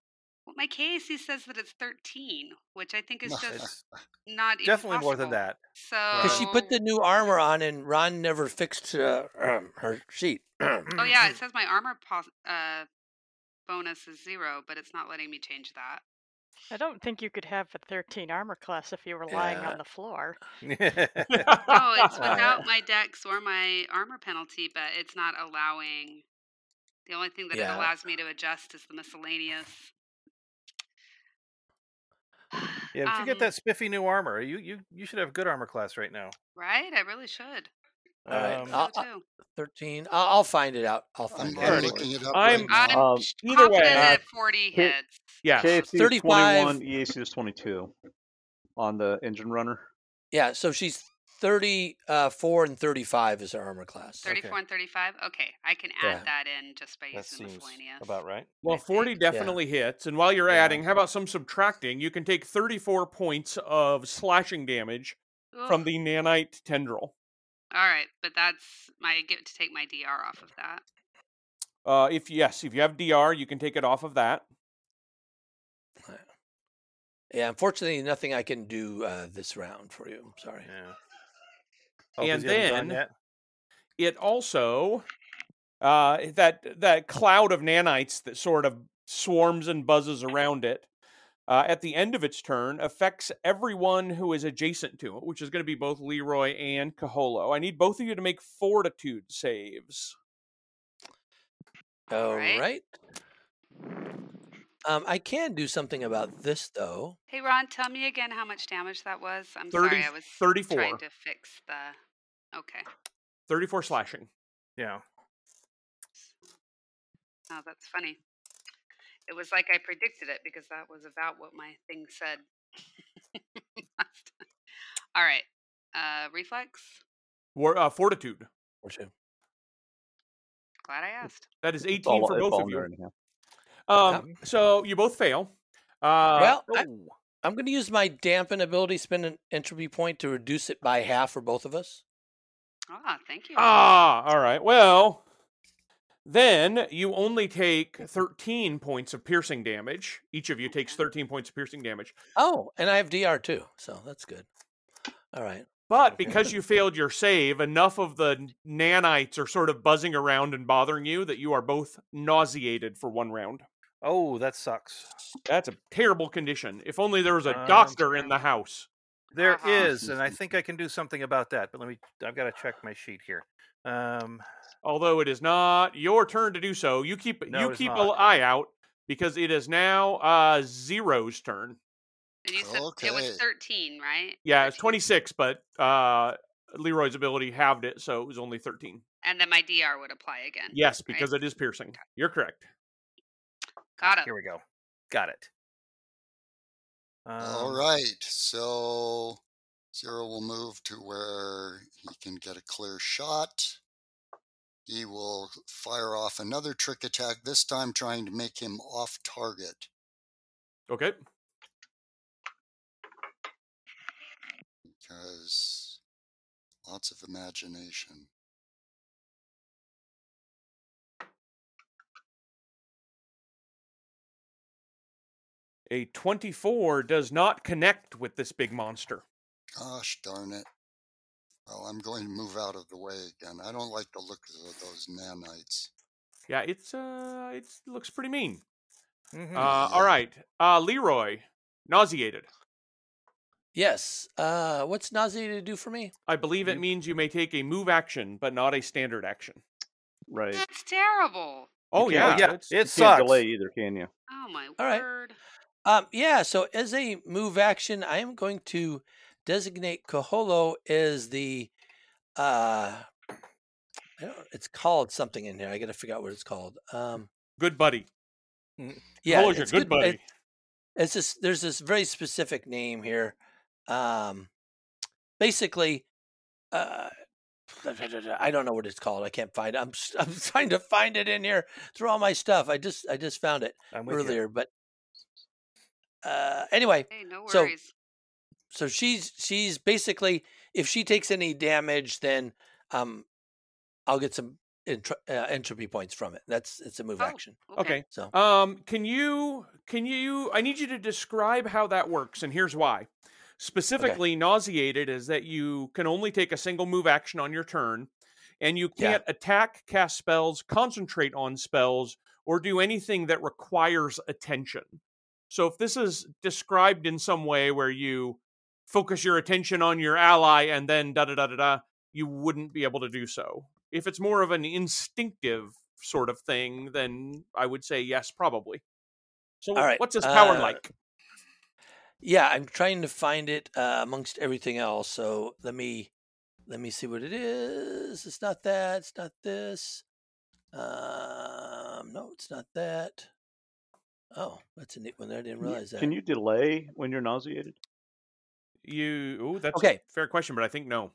[SPEAKER 3] Well, my KAC says that it's 13, which I think is
[SPEAKER 5] No.
[SPEAKER 3] just not even
[SPEAKER 6] Definitely more than
[SPEAKER 3] possible.
[SPEAKER 6] that.
[SPEAKER 3] So
[SPEAKER 9] Because she
[SPEAKER 3] Um
[SPEAKER 9] put the new armor on and Ron never fixed uh, [clears throat] um, her sheet. [clears throat]
[SPEAKER 3] Oh
[SPEAKER 9] [laughs]
[SPEAKER 3] yeah, it says my armor pos- uh, bonus is zero, but it's not letting me change that.
[SPEAKER 7] I don't think you could have a 13 armor class if you were lying
[SPEAKER 9] Yeah.
[SPEAKER 7] on the floor.
[SPEAKER 6] [laughs]
[SPEAKER 3] [laughs] Oh, it's
[SPEAKER 9] Uh,
[SPEAKER 3] without my dex or my armor penalty, but it's not allowing. The only thing that
[SPEAKER 9] Yeah.
[SPEAKER 3] it allows me to adjust is the miscellaneous. [sighs]
[SPEAKER 6] yeah, but you get
[SPEAKER 3] Um,
[SPEAKER 6] that spiffy new armor. You you you should have good armor class right now.
[SPEAKER 3] Right? I really should.
[SPEAKER 9] All right,
[SPEAKER 6] Um,
[SPEAKER 9] I'll-
[SPEAKER 3] So too.
[SPEAKER 9] 13. I'll, I'll find it out. I'll
[SPEAKER 5] I'm,
[SPEAKER 9] find
[SPEAKER 5] I'm
[SPEAKER 9] it out.
[SPEAKER 5] looking it up
[SPEAKER 8] I'm-
[SPEAKER 5] right
[SPEAKER 3] I'm
[SPEAKER 5] now.
[SPEAKER 10] Um,
[SPEAKER 8] Either way,
[SPEAKER 3] confident
[SPEAKER 10] uh,
[SPEAKER 3] that 40
[SPEAKER 10] hit-
[SPEAKER 3] hits.
[SPEAKER 8] [laughs] Yeah.
[SPEAKER 10] KFC
[SPEAKER 9] 35.
[SPEAKER 10] is 21, EAC is 22 on the engine runner.
[SPEAKER 9] Yeah, so she's 34 and 35 is her armor class.
[SPEAKER 3] 34 and 35. Okay, I can add
[SPEAKER 9] Yeah.
[SPEAKER 3] that in just by
[SPEAKER 6] that
[SPEAKER 3] using
[SPEAKER 6] seems
[SPEAKER 3] miscellaneous.
[SPEAKER 6] about right.
[SPEAKER 8] Well, 40 definitely hits. And while you're
[SPEAKER 9] Yeah.
[SPEAKER 8] adding, how about some subtracting? You can take 34 points of slashing damage
[SPEAKER 3] Ooh,
[SPEAKER 8] from the nanite tendril.
[SPEAKER 3] All right, but that's my I get to take my DR off of that.
[SPEAKER 8] Uh, if yes, if you have DR, you can take it off of that.
[SPEAKER 9] Yeah, unfortunately, nothing I can do uh, this round for you. I'm sorry.
[SPEAKER 6] Yeah. Oh, 'cause
[SPEAKER 8] And
[SPEAKER 6] you haven't gone
[SPEAKER 8] then-
[SPEAKER 6] yet?
[SPEAKER 8] It also uh, that that cloud of nanites that sort of swarms and buzzes around it. Uh, at the end of its turn, affects everyone who is adjacent to it, which is going to be both Leroy and Caholo. I need both of you to make fortitude saves.
[SPEAKER 9] All
[SPEAKER 3] right.
[SPEAKER 9] right. Um, I can do something about this, though.
[SPEAKER 3] Hey Ron, tell me again how much damage that was. I'm
[SPEAKER 8] 30,
[SPEAKER 3] sorry, I was
[SPEAKER 8] 34.
[SPEAKER 3] trying to fix the. Okay,
[SPEAKER 8] 34 slashing.
[SPEAKER 6] Yeah.
[SPEAKER 3] oh that's funny. It was like I predicted it because that was about what my thing said. [laughs] last time. All right, uh, reflex.
[SPEAKER 8] War, uh, fortitude.
[SPEAKER 9] Or two.
[SPEAKER 3] Glad I asked.
[SPEAKER 8] That is
[SPEAKER 10] It's
[SPEAKER 8] 18
[SPEAKER 10] all-
[SPEAKER 8] for
[SPEAKER 10] it's
[SPEAKER 8] both
[SPEAKER 10] all
[SPEAKER 8] of
[SPEAKER 10] in
[SPEAKER 8] you.
[SPEAKER 10] there anyhow.
[SPEAKER 8] Um, so you both fail. Uh,
[SPEAKER 9] Well, I-
[SPEAKER 8] oh,
[SPEAKER 9] I'm going to use my dampen ability, spend an entropy point to reduce it by half for both of us.
[SPEAKER 3] Ah, thank you.
[SPEAKER 8] ah, all right. Well, then you only take 13 points of piercing damage. Each of you takes
[SPEAKER 3] Okay.
[SPEAKER 8] 13 points of piercing damage.
[SPEAKER 9] Oh, and I have DR too, so that's good. All right.
[SPEAKER 8] But
[SPEAKER 6] Okay.
[SPEAKER 8] because you failed your save, enough of the n- nanites are sort of buzzing around and bothering you that you are both nauseated for one round.
[SPEAKER 6] Oh, that sucks.
[SPEAKER 8] That's a terrible condition. If only there was a
[SPEAKER 6] Um,
[SPEAKER 8] doctor in the house.
[SPEAKER 6] There
[SPEAKER 3] Uh-huh.
[SPEAKER 6] is, and I think I can do something about that. But let me. I've got to check my sheet here. Um.
[SPEAKER 8] although it is not your turn to do so. You keep
[SPEAKER 6] No, it
[SPEAKER 8] you
[SPEAKER 6] is
[SPEAKER 8] keep an
[SPEAKER 6] not.
[SPEAKER 8] eye out because it is now uh Zero's turn.
[SPEAKER 3] And you said it was
[SPEAKER 5] Okay.
[SPEAKER 3] 13, right?
[SPEAKER 8] Yeah, it's
[SPEAKER 3] 13.
[SPEAKER 8] 26, but uh Leroy's ability halved it, so it was only 13.
[SPEAKER 3] And then my DR would apply again.
[SPEAKER 8] Yes,
[SPEAKER 3] right?
[SPEAKER 8] because it is piercing. You're correct.
[SPEAKER 3] Got it.
[SPEAKER 6] Here we go. Got it. Um,
[SPEAKER 5] All right. So Zero will move to where he can get a clear shot. He will fire off another trick attack, this time trying to make him off target.
[SPEAKER 8] Okay.
[SPEAKER 5] because lots of imagination.
[SPEAKER 8] A 24 does not connect with this big monster.
[SPEAKER 5] Gosh darn it. Well, I'm going to move out of the way again. I don't like the look of those nanites.
[SPEAKER 8] Yeah, it's uh it looks pretty mean.
[SPEAKER 6] mhm.
[SPEAKER 8] Uh all right. Uh Leroy nauseated.
[SPEAKER 9] Yes. Uh, what's Nazi to do for me?
[SPEAKER 8] I believe it
[SPEAKER 10] You-
[SPEAKER 8] means you may take a move action but not a standard action.
[SPEAKER 10] Right.
[SPEAKER 3] That's terrible.
[SPEAKER 8] Oh
[SPEAKER 10] can't-
[SPEAKER 8] yeah.
[SPEAKER 10] oh,
[SPEAKER 6] yeah,
[SPEAKER 8] that's-
[SPEAKER 6] it
[SPEAKER 10] You
[SPEAKER 6] sucks.
[SPEAKER 10] can't delay either, can you?
[SPEAKER 3] Oh my
[SPEAKER 9] All right.
[SPEAKER 3] word.
[SPEAKER 9] Um, yeah, so as a move action, I am going to designate Koholo as the uh I don't, it's called something in here. I gotta figure out what it's called. Um
[SPEAKER 8] Good buddy.
[SPEAKER 9] yeah,
[SPEAKER 8] Cole is your
[SPEAKER 9] it's
[SPEAKER 8] good buddy.
[SPEAKER 9] it- it's this there's this very specific name here. Um basically uh I don't know what it's called. I can't find it. I'm s- [laughs] I'm trying to find it in here through all my stuff. I just I just found it
[SPEAKER 6] I'm with you.
[SPEAKER 9] earlier, but uh anyway,
[SPEAKER 3] Hey, no
[SPEAKER 9] So-
[SPEAKER 3] worries.
[SPEAKER 9] so she's she's basically if she takes any damage then um i'll get some entr- uh, entropy points from it. That's it's a move
[SPEAKER 3] Oh.
[SPEAKER 9] action.
[SPEAKER 8] Okay.
[SPEAKER 9] So
[SPEAKER 8] Um, can you can you I need you to describe how that works and here's why. Specifically, nauseated is that you can only take a single move action on your turn and you
[SPEAKER 9] Yeah.
[SPEAKER 8] can't attack, cast spells, concentrate on spells or do anything that requires attention. So if this is described in some way where you focus your attention on your ally and then da da da da da, you wouldn't be able to do so. If it's more of an instinctive sort of thing, then I would say yes, probably. So
[SPEAKER 9] All right,
[SPEAKER 8] what's his power
[SPEAKER 9] uh,
[SPEAKER 8] like?
[SPEAKER 9] yeah, I'm trying to find it uh, amongst everything else. So let me let me see what it is. It's not that. It's not this. Um, no, it's not that. Oh, that's a neat one. there. I didn't
[SPEAKER 10] Can you-
[SPEAKER 9] realize that.
[SPEAKER 10] Can you delay when you're nauseated?
[SPEAKER 8] You ooh, that's
[SPEAKER 9] Okay.
[SPEAKER 8] a fair question, but I think no.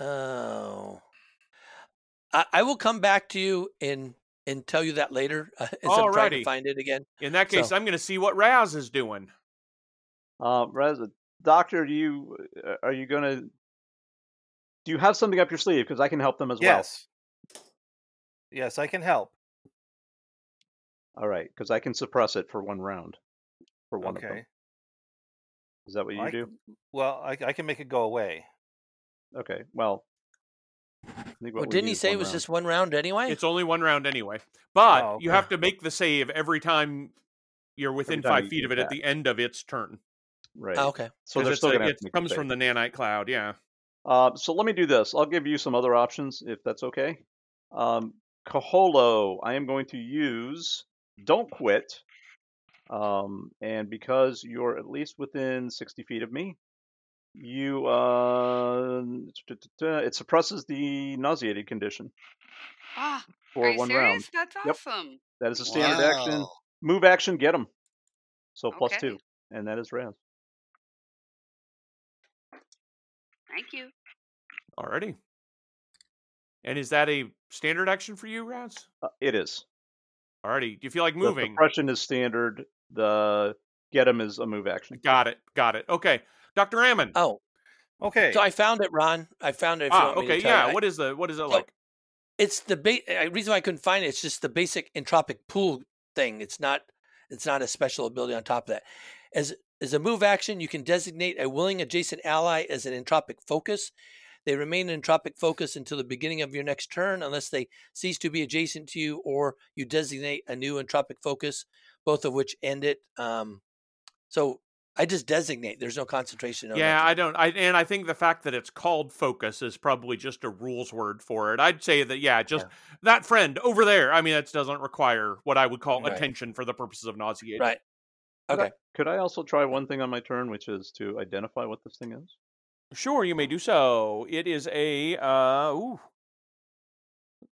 [SPEAKER 9] Oh, I, I will come back to you and and tell you that later. uh, [laughs] As I'm trying to
[SPEAKER 8] Alrighty.
[SPEAKER 9] find it again.
[SPEAKER 8] In that case,
[SPEAKER 9] So-
[SPEAKER 8] I'm going to see what Raz is doing.
[SPEAKER 10] Uh, Reza, doctor, do you uh, are you gonna do you have something up your sleeve? Because I can help them as
[SPEAKER 6] Yes. Yes, I can help.
[SPEAKER 10] well. All right, because I can suppress it for one round, for one of them.
[SPEAKER 6] Okay.
[SPEAKER 10] Is that what you
[SPEAKER 6] I
[SPEAKER 10] do?
[SPEAKER 6] can- Well, I, I can make it go away.
[SPEAKER 10] Okay. Well, I think
[SPEAKER 9] Well,
[SPEAKER 10] what we
[SPEAKER 9] didn't
[SPEAKER 10] need
[SPEAKER 9] he
[SPEAKER 10] is
[SPEAKER 9] say it
[SPEAKER 10] one
[SPEAKER 9] was
[SPEAKER 10] round.
[SPEAKER 9] just one round
[SPEAKER 10] Eh.
[SPEAKER 9] anyway?
[SPEAKER 8] It's only one round anyway, but
[SPEAKER 6] Oh,
[SPEAKER 8] you
[SPEAKER 6] okay.
[SPEAKER 8] have to make the save every time you're within
[SPEAKER 10] time
[SPEAKER 8] five
[SPEAKER 10] you
[SPEAKER 8] feet of it at
[SPEAKER 10] attack.
[SPEAKER 8] the end of its turn.
[SPEAKER 10] right?
[SPEAKER 9] Oh, okay.
[SPEAKER 10] So they're
[SPEAKER 8] it's
[SPEAKER 10] still
[SPEAKER 8] a-
[SPEAKER 10] gonna have
[SPEAKER 8] it
[SPEAKER 10] to make a
[SPEAKER 8] comes
[SPEAKER 10] save.
[SPEAKER 8] from the nanite cloud. Yeah.
[SPEAKER 10] Uh, so let me do this. I'll give you some other options if that's okay. Um, Kaholo, I am going to use Don't Quit. Um, and because you're at least within 60 feet of me, you uh, it suppresses the nauseated condition
[SPEAKER 3] Ah,
[SPEAKER 10] for
[SPEAKER 3] are you
[SPEAKER 10] one
[SPEAKER 3] serious?
[SPEAKER 10] round.
[SPEAKER 3] That's
[SPEAKER 10] Yep.
[SPEAKER 3] awesome.
[SPEAKER 10] That is a standard action.
[SPEAKER 5] Wow.
[SPEAKER 10] Move action, get him. So plus
[SPEAKER 3] Okay.
[SPEAKER 10] two, and that is Raz.
[SPEAKER 3] Thank you.
[SPEAKER 8] Alrighty. And is that a standard action for you, Raz?
[SPEAKER 10] Uh, it is.
[SPEAKER 8] Alrighty. Do you feel like
[SPEAKER 10] The
[SPEAKER 8] moving?
[SPEAKER 10] suppression is standard. The get him is a move action.
[SPEAKER 8] Got it. Got it. Okay. Dr. Ammon.
[SPEAKER 9] Oh,
[SPEAKER 6] Okay.
[SPEAKER 9] so I found it, Ron. I found it. If you
[SPEAKER 8] ah,
[SPEAKER 9] want me
[SPEAKER 8] okay.
[SPEAKER 9] to tell you.
[SPEAKER 8] Yeah.
[SPEAKER 9] I-
[SPEAKER 8] What is the what is it
[SPEAKER 9] So-
[SPEAKER 8] like?
[SPEAKER 9] it's the ba- uh, reason why I couldn't find it. It's just the basic entropic pool thing. It's not it's not a special ability on top of that. As as a move action, you can designate a willing adjacent ally as an entropic focus. They remain in entropic focus until the beginning of your next turn, unless they cease to be adjacent to you or you designate a new entropic focus, both of which end it. Um, so I just designate. There's no concentration. No
[SPEAKER 8] yeah,
[SPEAKER 9] nothing.
[SPEAKER 8] I don't. I and I think the fact that it's called focus is probably just a rules word for it. I'd say that yeah, just that friend over there. I mean, that doesn't require what I would call
[SPEAKER 9] Right.
[SPEAKER 8] attention for the purposes of nauseating.
[SPEAKER 9] right.
[SPEAKER 10] Could I-
[SPEAKER 9] Okay.
[SPEAKER 10] Could I also try one thing on my turn, which is to identify what this thing is?
[SPEAKER 8] Sure, you may do so. It is a uh ooh.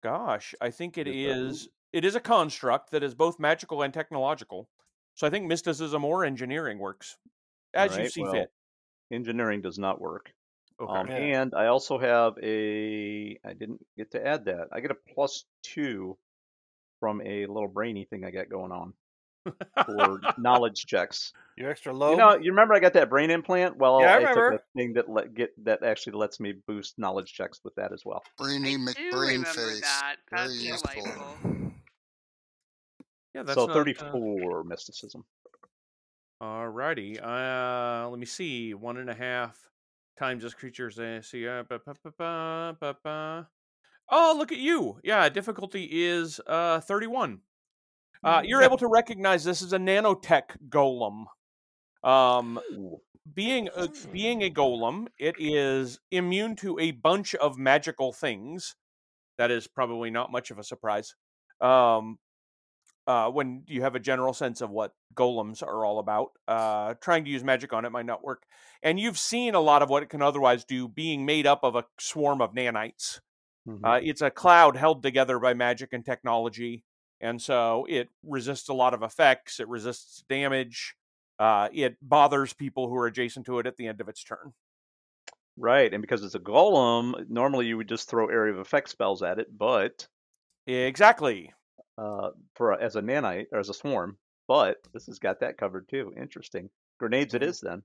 [SPEAKER 8] Gosh, I think it
[SPEAKER 10] Is that- ooh.
[SPEAKER 8] is it is a construct that is both magical and technological. So I think mysticism or engineering works as you
[SPEAKER 10] Alright,
[SPEAKER 8] see
[SPEAKER 10] well,
[SPEAKER 8] fit.
[SPEAKER 10] Engineering does not work.
[SPEAKER 8] Okay.
[SPEAKER 10] Um,
[SPEAKER 6] Yeah.
[SPEAKER 10] And I also have a. I didn't get to add that. I get a plus two from a little brainy thing I got going on for knowledge checks.
[SPEAKER 6] Your extra low.
[SPEAKER 10] You know, you remember I got that brain implant? Well,
[SPEAKER 6] Yeah, I
[SPEAKER 10] took
[SPEAKER 6] remember.
[SPEAKER 10] a thing that let get that actually lets me boost knowledge checks with that as well.
[SPEAKER 5] Brainy
[SPEAKER 3] I do
[SPEAKER 5] McBrain
[SPEAKER 3] remember
[SPEAKER 5] face. [laughs]
[SPEAKER 3] that.
[SPEAKER 5] Very
[SPEAKER 3] That's
[SPEAKER 5] useful.
[SPEAKER 3] delightful.
[SPEAKER 8] [laughs] yeah, that's
[SPEAKER 10] so
[SPEAKER 8] not, uh,
[SPEAKER 10] 34 mysticism.
[SPEAKER 8] Alrighty. Uh, let me see. One and a half times this creature's uh, AC. Oh, look at you. Yeah, difficulty is uh 31. Uh, you're able to recognize this as a nanotech golem. Um,
[SPEAKER 10] Ooh,
[SPEAKER 8] being a, being a golem, it is immune to a bunch of magical things. That is probably not much of a surprise. Um, uh, when you have a general sense of what golems are all about, uh, trying to use magic on it might not work. And you've seen a lot of what it can otherwise do, being made up of a swarm of nanites.
[SPEAKER 10] mhm.
[SPEAKER 8] Uh, it's a cloud held together by magic and technology, and so it resists a lot of effects. It resists damage. Uh, it bothers people who are adjacent to it at the end of its turn.
[SPEAKER 10] Right, and because it's a golem, normally you would just throw area of effect spells at it, but
[SPEAKER 8] Exactly.
[SPEAKER 10] uh, for a- as a nanite or as a swarm, but this has got that covered too. Interesting. Grenades, it
[SPEAKER 6] Mhm.
[SPEAKER 10] is then.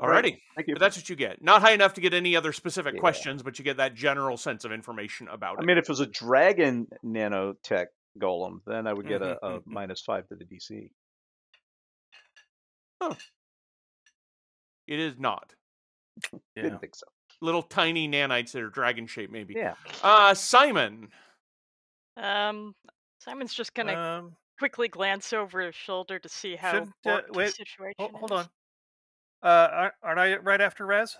[SPEAKER 10] Alright,
[SPEAKER 8] Alrighty.
[SPEAKER 10] Thank you.
[SPEAKER 8] But that's what you get. Not high enough to get any other specific
[SPEAKER 10] Yeah.
[SPEAKER 8] questions, but you get that general sense of information about
[SPEAKER 10] I
[SPEAKER 8] it.
[SPEAKER 10] mean, if it was a dragon nanotech golem, then I would get
[SPEAKER 8] Mm-hmm,
[SPEAKER 10] a, a minus five to the DC.
[SPEAKER 8] It is not.
[SPEAKER 6] Yeah.
[SPEAKER 10] Didn't think so.
[SPEAKER 8] Little tiny nanites that are dragon shaped, maybe.
[SPEAKER 10] Yeah.
[SPEAKER 8] Uh, Simon.
[SPEAKER 7] Um, Simon's just gonna
[SPEAKER 6] Um,
[SPEAKER 7] quickly glance over his shoulder to see how
[SPEAKER 6] shouldn't, uh,
[SPEAKER 7] warped the
[SPEAKER 6] wait,
[SPEAKER 7] situation
[SPEAKER 6] hold, hold
[SPEAKER 7] is.
[SPEAKER 6] on. Uh, aren't- aren't I right after Raz?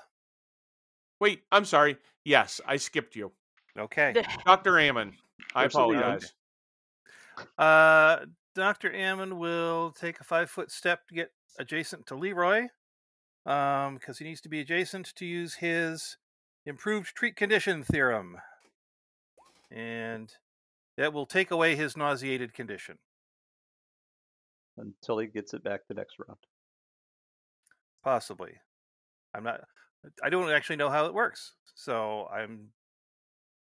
[SPEAKER 8] Wait, I'm sorry. Yes, I skipped you.
[SPEAKER 6] Okay.
[SPEAKER 8] Dr. Ammon. I
[SPEAKER 10] Absolutely.
[SPEAKER 8] apologize.
[SPEAKER 6] Uh, Dr. Ammon will take a five foot step to get adjacent to Leroy because he needs to be adjacent to use his improved treat condition theorem. And that will take away his nauseated condition.
[SPEAKER 10] Until he gets it back the next round.
[SPEAKER 6] possibly i'm not i don't actually know how it works so i'm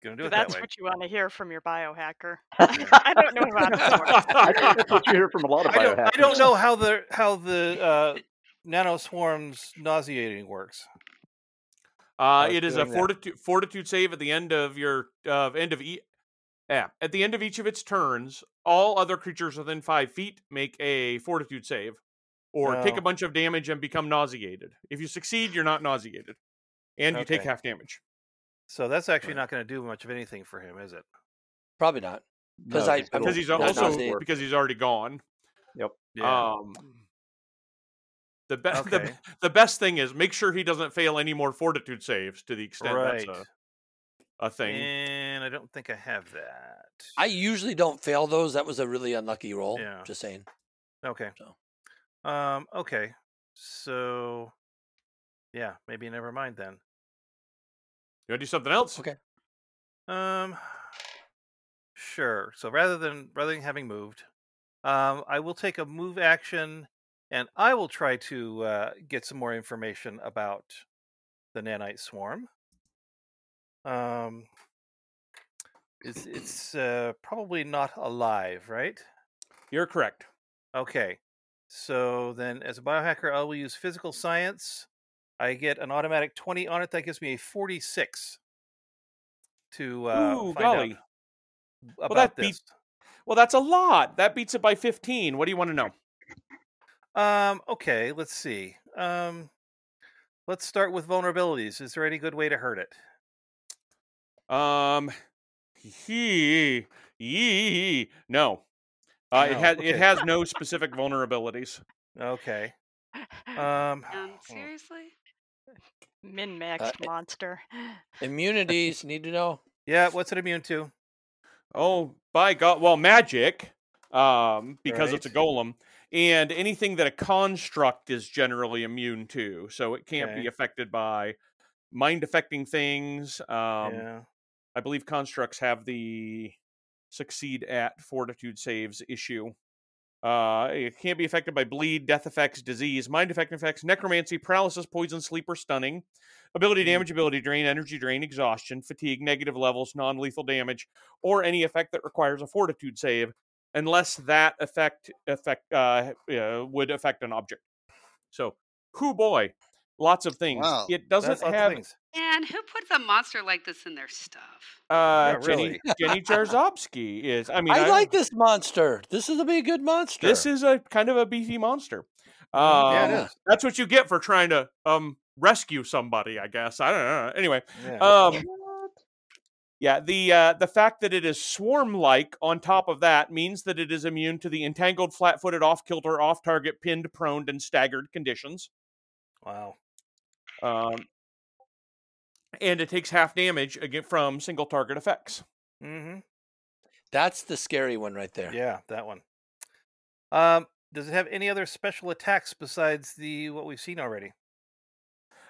[SPEAKER 6] gonna do
[SPEAKER 7] But
[SPEAKER 6] it
[SPEAKER 7] That's
[SPEAKER 6] that way
[SPEAKER 7] what you want to hear from your biohacker. I don't know about it.
[SPEAKER 10] I think that's what you hear from a lot
[SPEAKER 6] [laughs]
[SPEAKER 10] of
[SPEAKER 6] I don't, I
[SPEAKER 10] biohackers.
[SPEAKER 6] don't know how the how
[SPEAKER 7] [laughs]
[SPEAKER 6] the uh nanoswarms nauseating works
[SPEAKER 8] Uh,
[SPEAKER 10] was
[SPEAKER 8] it is a
[SPEAKER 10] doing that.
[SPEAKER 8] fortitude fortitude save at the end of your uh, end of e- yeah, at the end of each of its turns. All other creatures within five feet make a fortitude save, or take
[SPEAKER 6] Oh.
[SPEAKER 8] a bunch of damage and become nauseated. If you succeed, you're not nauseated, and you take
[SPEAKER 6] Okay.
[SPEAKER 8] half damage.
[SPEAKER 6] so that's actually not going to do much of anything for him is it
[SPEAKER 9] Probably not. 'Cause I- I'm-
[SPEAKER 8] Because he's
[SPEAKER 9] Not
[SPEAKER 8] also
[SPEAKER 9] nauseated.
[SPEAKER 8] because he's already gone. Um, [laughs] the best the,
[SPEAKER 6] Okay.
[SPEAKER 8] the best thing is make sure he doesn't fail any more fortitude saves to the extent
[SPEAKER 6] right
[SPEAKER 8] that's a, a thing.
[SPEAKER 6] and i don't think i have that
[SPEAKER 9] I usually don't fail those. That was a really unlucky roll.
[SPEAKER 6] Yeah.
[SPEAKER 9] Just saying.
[SPEAKER 6] okay
[SPEAKER 9] So.
[SPEAKER 6] um okay so yeah maybe never mind then
[SPEAKER 8] You want to do something else?
[SPEAKER 9] Okay.
[SPEAKER 6] Um, sure. So rather than rather than having moved, um, I will take a move action, and I will try to uh, get some more information about the nanite swarm. Um, it's it's uh, probably not alive, right?
[SPEAKER 8] You're correct.
[SPEAKER 6] Okay. So then, as a biohacker, I will use physical science. I get an automatic 20 on it. That gives me a 46 to uh,
[SPEAKER 8] Ooh,
[SPEAKER 6] find
[SPEAKER 8] golly.
[SPEAKER 6] out about
[SPEAKER 8] that beat-
[SPEAKER 6] this.
[SPEAKER 8] Well, that's a lot. That beats it by 15. What do you want to know?
[SPEAKER 6] Um, okay, let's see. Um, let's start with vulnerabilities. Is there any good way to hurt it?
[SPEAKER 8] Um, he, yee, no. Uh, It
[SPEAKER 6] No,
[SPEAKER 8] has it
[SPEAKER 6] okay.
[SPEAKER 8] has no specific vulnerabilities.
[SPEAKER 6] Okay.
[SPEAKER 7] [laughs]
[SPEAKER 6] Um,
[SPEAKER 3] Um,
[SPEAKER 6] hmm.
[SPEAKER 3] seriously?
[SPEAKER 7] Min maxed
[SPEAKER 6] uh,
[SPEAKER 9] it-
[SPEAKER 7] monster.
[SPEAKER 9] Immunities need to know.
[SPEAKER 6] yeah, what's it immune to?
[SPEAKER 8] Oh, by God! Well, magic, um, because it's a
[SPEAKER 6] Right.
[SPEAKER 8] golem, and anything that a construct is generally immune to, so it can't
[SPEAKER 6] Okay.
[SPEAKER 8] be affected by mind affecting things. Um,
[SPEAKER 6] yeah.
[SPEAKER 8] I believe constructs have the succeed at fortitude saves issue. Uh, it can't be affected by bleed, death effects, disease, mind effect effects, necromancy, paralysis, poison, sleep, or stunning,
[SPEAKER 6] Hmm.
[SPEAKER 8] ability damage, ability drain, energy drain, exhaustion, fatigue, negative levels, non lethal damage, or any effect that requires a fortitude save, unless that effect effect uh, uh, would affect an object. So, who boy, lots of things.
[SPEAKER 5] Wow,
[SPEAKER 8] It
[SPEAKER 6] That's
[SPEAKER 8] doesn't
[SPEAKER 6] lots of
[SPEAKER 8] have
[SPEAKER 6] things.
[SPEAKER 3] And who puts a monster like this in their stuff?
[SPEAKER 8] uh,
[SPEAKER 6] Yeah,
[SPEAKER 8] Jenny
[SPEAKER 6] [laughs]
[SPEAKER 8] Jenny Jarzobski is. I
[SPEAKER 9] I,
[SPEAKER 8] mean, I,
[SPEAKER 9] like this monster. This is a be a good monster.
[SPEAKER 8] This is a kind of a beefy monster. Um,
[SPEAKER 6] Mhm, yeah, it is.
[SPEAKER 8] That's what you get for trying to um rescue somebody. I guess I don't know. Anyway,
[SPEAKER 6] Yeah.
[SPEAKER 8] um, yeah, the uh, the fact that it is swarm like on top of that means that it is immune to the entangled, flat footed, off kilter, off target, pinned, proned, and staggered conditions.
[SPEAKER 6] wow.
[SPEAKER 8] Um, and it takes half damage again from single target effects.
[SPEAKER 6] Mm-hmm.
[SPEAKER 9] That's the scary one right there.
[SPEAKER 6] Yeah, that one. Um, does it have any other special attacks besides the what we've seen already?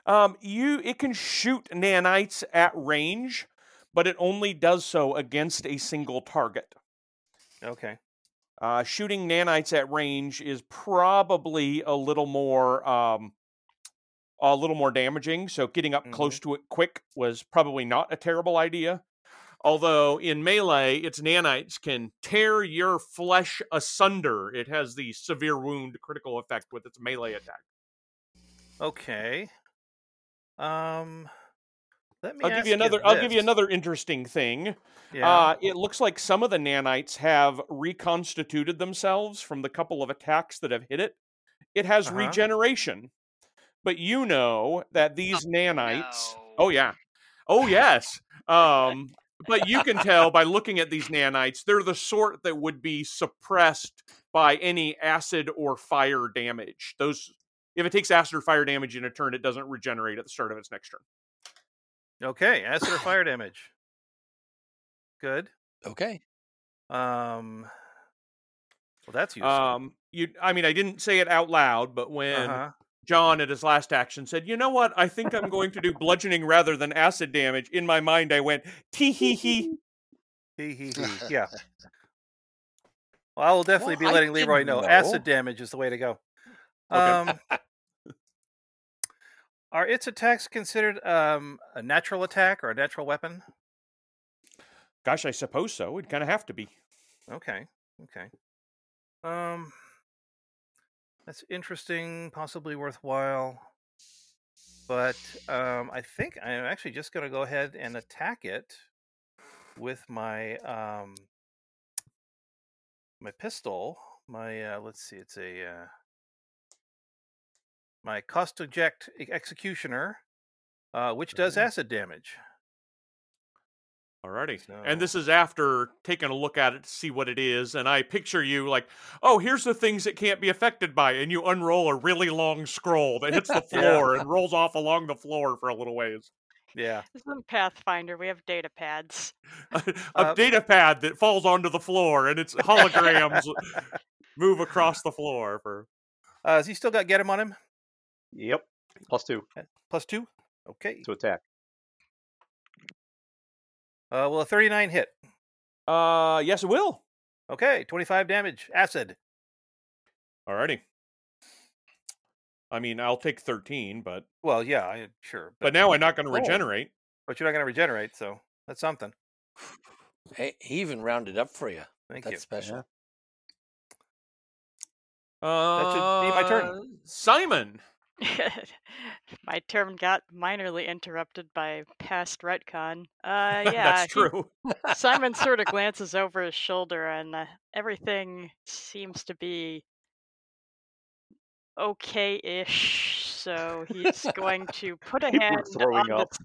[SPEAKER 8] Um, you it can shoot nanites at range, but it only does so against a single target.
[SPEAKER 6] Okay.
[SPEAKER 8] Uh, shooting nanites at range is probably a little more um, a little more damaging. So getting up close to it quick was probably not a terrible idea. Although in melee, its nanites can tear your flesh asunder. It has the severe wound critical effect with its melee attack.
[SPEAKER 6] Okay. Um, let me.
[SPEAKER 8] I'll give
[SPEAKER 6] ask
[SPEAKER 8] you another. I'll give you
[SPEAKER 6] this.
[SPEAKER 8] another interesting thing.
[SPEAKER 6] Yeah.
[SPEAKER 8] Uh, it looks like some of the nanites have reconstituted themselves from the couple of attacks that have hit it. It has
[SPEAKER 6] Uh-huh.
[SPEAKER 8] regeneration, but you know that these nanites. Oh
[SPEAKER 3] no.
[SPEAKER 8] yeah, oh yes. Um, but you can tell by looking at these nanites, they're the sort that would be suppressed by any acid or fire damage. Those, if it takes acid or fire damage in a turn, it doesn't regenerate at the start of its next turn.
[SPEAKER 6] okay. Acid
[SPEAKER 8] [coughs]
[SPEAKER 6] or fire damage. Good.
[SPEAKER 9] Okay.
[SPEAKER 6] Um. Well, that's useful.
[SPEAKER 8] Um, you, I mean, I didn't say it out loud, but when
[SPEAKER 6] Uh-huh.
[SPEAKER 8] John at his last action said, "You know what? I think I'm going to do bludgeoning rather than acid damage," in my mind, I went, "Tee hee [laughs] hee."
[SPEAKER 6] He, he, he. Yeah. Well, I will definitely be
[SPEAKER 9] I
[SPEAKER 6] letting Leroy
[SPEAKER 9] didn't
[SPEAKER 6] know.
[SPEAKER 9] know.
[SPEAKER 6] Acid damage is the way to go. Um, are its attacks considered um, a natural attack or a natural weapon?
[SPEAKER 8] Gosh, I suppose so. It'd kind of have to be.
[SPEAKER 6] Okay. Okay. Um, that's interesting. Possibly worthwhile. But um, I think I'm actually just going to go ahead and attack it with my um, my pistol. My uh, let's see, it's a uh, my cost eject e, executioner, uh, which does acid damage.
[SPEAKER 8] Alrighty.
[SPEAKER 6] So-
[SPEAKER 8] And this is after taking a look at it to see what it is. And I picture you like, oh, here's the things it can't be affected by. And you unroll a really long scroll that hits the [laughs]
[SPEAKER 6] Yeah.
[SPEAKER 8] floor and rolls off along the floor for a little ways. [laughs]
[SPEAKER 6] Yeah.
[SPEAKER 7] This is in Pathfinder. We have data pads. [laughs]
[SPEAKER 8] a
[SPEAKER 6] Uh,
[SPEAKER 8] data pad that falls onto the floor and its [laughs] holograms move across the floor for
[SPEAKER 6] Uh, has he still got get him on him?
[SPEAKER 10] Yep. Plus two
[SPEAKER 6] Plus two. Okay.
[SPEAKER 10] to attack.
[SPEAKER 6] Uh, well, a 39 hit.
[SPEAKER 8] uh yes it will
[SPEAKER 6] Okay, 25 damage. Acid.
[SPEAKER 8] alrighty i mean i'll take 13 but
[SPEAKER 6] Well, yeah, I, sure.
[SPEAKER 8] but now i'm not going to
[SPEAKER 6] Oh.
[SPEAKER 8] regenerate
[SPEAKER 6] But you're not going to regenerate, so that's something.
[SPEAKER 9] Hey, he even rounded up for you.
[SPEAKER 6] Thank
[SPEAKER 9] That's
[SPEAKER 6] you.
[SPEAKER 9] special.
[SPEAKER 6] should be my turn.
[SPEAKER 8] Uh, simon [laughs]
[SPEAKER 7] My term got minorly interrupted by past retcon.
[SPEAKER 6] [laughs]
[SPEAKER 7] Uh, yeah,
[SPEAKER 8] that's
[SPEAKER 7] he-
[SPEAKER 8] true [laughs]
[SPEAKER 7] Simon sort of glances over his shoulder, and uh, everything seems to be okay-ish. So he's going to put a
[SPEAKER 10] People are
[SPEAKER 7] hand
[SPEAKER 10] throwing
[SPEAKER 7] on
[SPEAKER 10] up.
[SPEAKER 7] this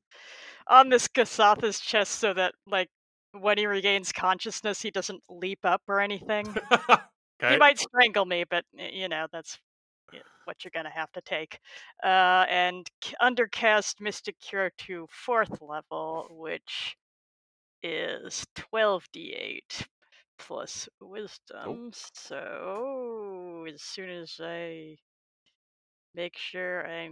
[SPEAKER 7] on this Kasatha's chest, so that like when he regains consciousness, he doesn't leap up or anything.
[SPEAKER 8] okay
[SPEAKER 7] He might strangle me, but y- you know that's y- what you're gonna have to take. Uh, and c- undercast Mystic Cure to fourth level, which is 12d8 plus Wisdom. So as soon as I make sure I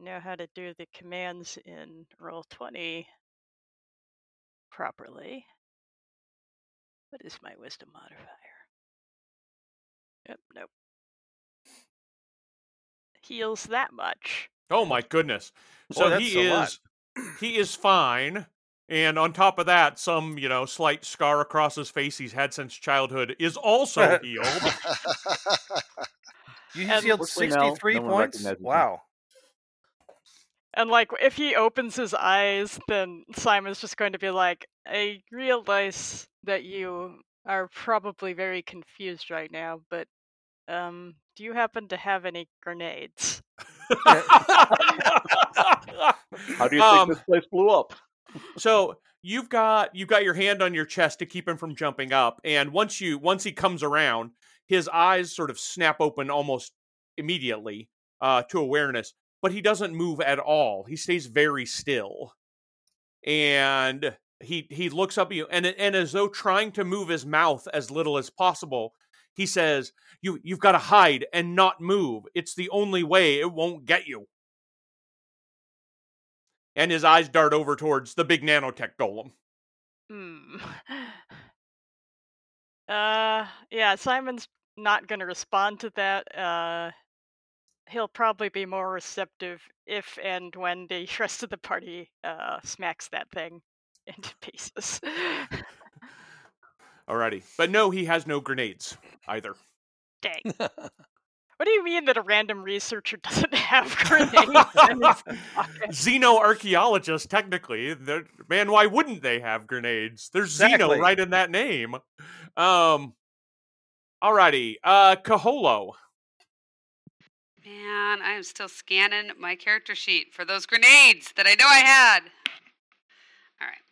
[SPEAKER 7] know how to do the commands in Roll 20 properly, what is my Wisdom modifier? Yep, nope. Heals that much.
[SPEAKER 8] oh my goodness
[SPEAKER 6] Boy,
[SPEAKER 8] so
[SPEAKER 6] that's
[SPEAKER 8] he
[SPEAKER 6] a lot.
[SPEAKER 8] is he is fine and on top of that some you know slight scar across his face he's had since childhood is also healed
[SPEAKER 6] You
[SPEAKER 7] And-
[SPEAKER 6] healed
[SPEAKER 10] Unfortunately, no,
[SPEAKER 6] 63
[SPEAKER 10] no one
[SPEAKER 6] points?
[SPEAKER 10] recognizes me.
[SPEAKER 6] Wow.
[SPEAKER 7] And like, if he opens his eyes, then Simon's just going to be like, "I realize that you are probably very confused right now, but um, do you happen to have any grenades?"
[SPEAKER 10] How
[SPEAKER 8] How [laughs]
[SPEAKER 10] do you think this place blew up?
[SPEAKER 8] so you've got you've got your hand on your chest to keep him from jumping up, and once you once he comes around, his eyes sort of snap open almost immediately uh, to awareness, but he doesn't move at all. He stays very still, and he he looks up at you, and and as though trying to move his mouth as little as possible, he says, "You you've got to hide and not move. It's the only way. It won't get you." and his eyes dart over towards the big nanotech golem.
[SPEAKER 7] Hmm. [laughs] Uh, yeah, Simon's not going to respond to that. Uh, he'll probably be more receptive if and when the [laughs] rest of the party uh, smacks that thing [laughs] into pieces. [laughs]
[SPEAKER 8] Alrighty. But no, he has no grenades either.
[SPEAKER 7] Dang. What do you mean that a random researcher [laughs] doesn't have [laughs] grenades? in his pocket?
[SPEAKER 8] Xenoarchaeologist, technically. They're- Man, why wouldn't they have grenades? There's
[SPEAKER 6] Exactly.
[SPEAKER 8] Xeno right in that name. Um Alrighty. Uh Caholo.
[SPEAKER 3] Man, I am still scanning my character sheet for those grenades that I know I had. All right.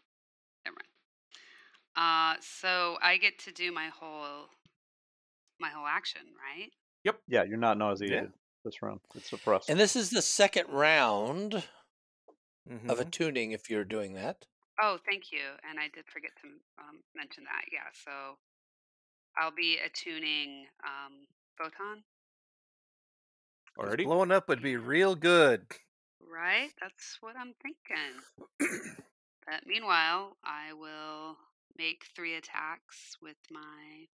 [SPEAKER 3] Never mind. Uh, so I get to do my whole my whole action, right?
[SPEAKER 10] Yeah, you're not nauseated this round. It's
[SPEAKER 9] [laughs]
[SPEAKER 10] suppressed.
[SPEAKER 9] And this is the second round
[SPEAKER 6] Mhm.
[SPEAKER 9] of attuning if you're doing that.
[SPEAKER 3] Oh, thank you. And I did forget to um, mention that. Yeah, so I'll be attuning um, Photon,
[SPEAKER 6] 'Cause
[SPEAKER 8] Already?
[SPEAKER 6] blowing up would be real good.
[SPEAKER 3] right? That's what I'm thinking. but meanwhile, I will make three attacks with my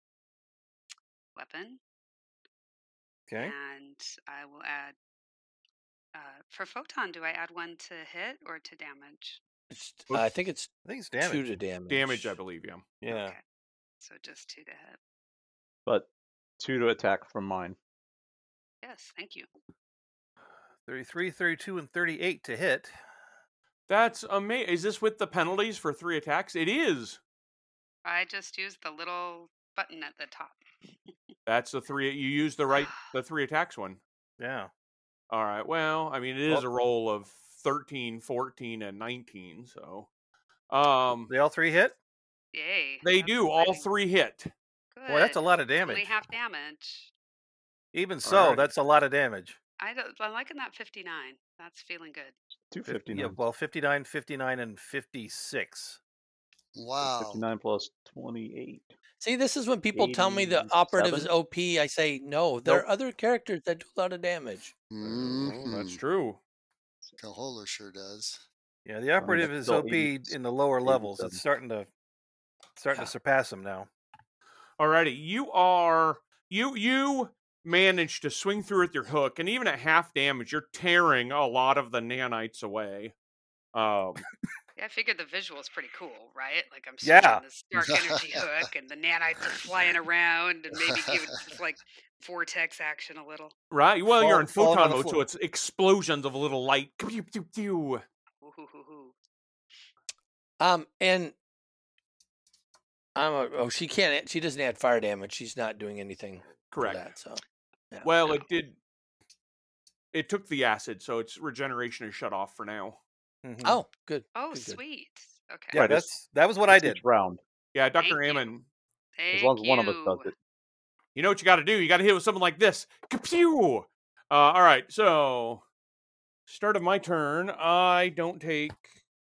[SPEAKER 3] weapon.
[SPEAKER 6] Okay.
[SPEAKER 3] And I will add. Uh, for Photon, do I add one to hit or to damage?
[SPEAKER 9] It's- uh, I think it's
[SPEAKER 6] I think it's
[SPEAKER 9] two
[SPEAKER 6] damage.
[SPEAKER 9] to damage.
[SPEAKER 8] Damage, I believe, yeah.
[SPEAKER 6] Yeah.
[SPEAKER 3] Okay. So just two to hit.
[SPEAKER 10] But two to attack from mine.
[SPEAKER 3] Yes, thank you.
[SPEAKER 6] 33, 32, and 38 to hit.
[SPEAKER 8] That's amazing. Is this with the penalties for three attacks? It is.
[SPEAKER 3] I just used the little button at the top.
[SPEAKER 8] That's the three you use the
[SPEAKER 6] [sighs]
[SPEAKER 8] right the three attacks one.
[SPEAKER 6] Yeah.
[SPEAKER 8] All right. Well, I mean, it is
[SPEAKER 6] Well-
[SPEAKER 8] a roll of 13, 14, and 19. So, um,
[SPEAKER 6] They all three hit?
[SPEAKER 3] Yay.
[SPEAKER 8] they
[SPEAKER 3] that's
[SPEAKER 8] do all
[SPEAKER 3] exciting.
[SPEAKER 8] three hit.
[SPEAKER 3] Good.
[SPEAKER 6] Boy, that's a lot of
[SPEAKER 3] It's
[SPEAKER 6] damage.
[SPEAKER 3] Only half damage.
[SPEAKER 6] Even so,
[SPEAKER 8] Alrighty.
[SPEAKER 6] that's a lot of damage.
[SPEAKER 3] I don't, I'm liking that 59. That's feeling good.
[SPEAKER 10] Two
[SPEAKER 6] Fif-
[SPEAKER 10] fifty
[SPEAKER 6] Yeah,
[SPEAKER 10] nine.
[SPEAKER 6] well, 59, 59, and 56.
[SPEAKER 5] Wow.
[SPEAKER 10] Fifty nine plus twenty eight.
[SPEAKER 9] See, this is when people tell me the operative is
[SPEAKER 10] 87?
[SPEAKER 9] OP. I say no. There are other characters that do a lot of damage.
[SPEAKER 8] Oh, that's
[SPEAKER 5] Mhm.
[SPEAKER 8] true.
[SPEAKER 5] Cahola sure does.
[SPEAKER 6] Yeah, the
[SPEAKER 10] that's
[SPEAKER 6] operative is
[SPEAKER 10] still
[SPEAKER 6] OP
[SPEAKER 10] 80
[SPEAKER 6] in the lower levels. It's
[SPEAKER 10] 87.
[SPEAKER 6] starting to starting
[SPEAKER 9] Yeah.
[SPEAKER 6] to surpass him now.
[SPEAKER 8] Alrighty, you are you you manage to swing through with your hook, and even at half damage, you're tearing a lot of the nanites away. Um,
[SPEAKER 3] Yeah, I figured the visual's pretty cool, right? Like I'm
[SPEAKER 6] Yeah.
[SPEAKER 3] swinging this dark energy hook and the nanites are flying around and maybe give it just like vortex action a little.
[SPEAKER 8] right? Well, you're
[SPEAKER 6] Fall-
[SPEAKER 8] in
[SPEAKER 6] falling
[SPEAKER 8] photon
[SPEAKER 6] on the
[SPEAKER 8] mode, so
[SPEAKER 6] floor.
[SPEAKER 8] it's explosions of little light. Pew, pew, pew.
[SPEAKER 3] Ooh-hoo-hoo-hoo.
[SPEAKER 9] Um, and I'm a, oh, she can't. add- She doesn't add fire damage. She's not doing anything. for
[SPEAKER 8] Correct.
[SPEAKER 9] that, so Yeah.
[SPEAKER 8] Well, it did. It took the acid, so its regeneration is shut off for now.
[SPEAKER 6] Mhm.
[SPEAKER 9] oh, good.
[SPEAKER 3] Oh,
[SPEAKER 9] Good, good.
[SPEAKER 3] sweet. Okay.
[SPEAKER 6] yeah,
[SPEAKER 10] Right, it's-
[SPEAKER 6] that's that was what I did.
[SPEAKER 10] round.
[SPEAKER 8] Yeah, Doctor
[SPEAKER 3] Thank you.
[SPEAKER 8] Ammon,
[SPEAKER 3] Thank
[SPEAKER 10] As long as one of us does
[SPEAKER 3] you.
[SPEAKER 10] it.
[SPEAKER 8] you know what you got to do. You got to hit with something like this. Kapew! Uh, all right, so start of my turn. I don't take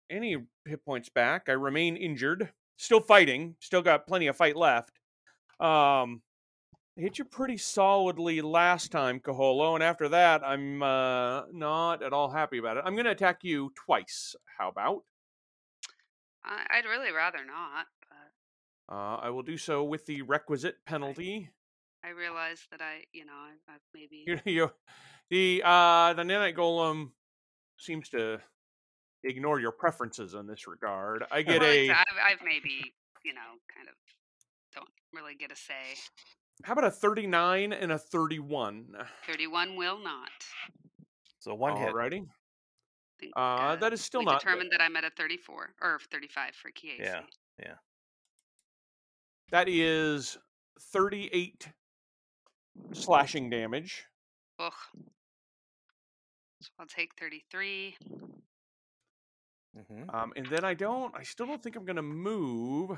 [SPEAKER 8] any hit points back. I remain injured. Still fighting. Still got plenty of fight left. Um, I hit you pretty solidly last time, Caholo, and after that, I'm uh, not at all happy about it. I'm going to attack you twice. How about?
[SPEAKER 3] I, I'd really rather not, but
[SPEAKER 8] Uh, I will do so with the requisite penalty.
[SPEAKER 3] I realize that I, you know, I, I maybe.
[SPEAKER 8] [laughs] you, you the uh the nanite golem seems to ignore your preferences in this regard i get
[SPEAKER 3] Well,
[SPEAKER 8] a
[SPEAKER 3] exa- I've, I've maybe, you know, kind of don't really get a say.
[SPEAKER 8] how about a 39 and a 31
[SPEAKER 3] 31 will not.
[SPEAKER 6] So one hit.
[SPEAKER 8] alrighty
[SPEAKER 3] I think,
[SPEAKER 8] uh, that is still
[SPEAKER 3] we
[SPEAKER 8] not
[SPEAKER 3] determined that I'm at a 34 or 35 for KAC.
[SPEAKER 6] Yeah.
[SPEAKER 8] that is 38 slashing damage
[SPEAKER 3] Ugh. So I'll take 33.
[SPEAKER 6] Mhm.
[SPEAKER 8] um and then i don't i still don't think i'm gonna move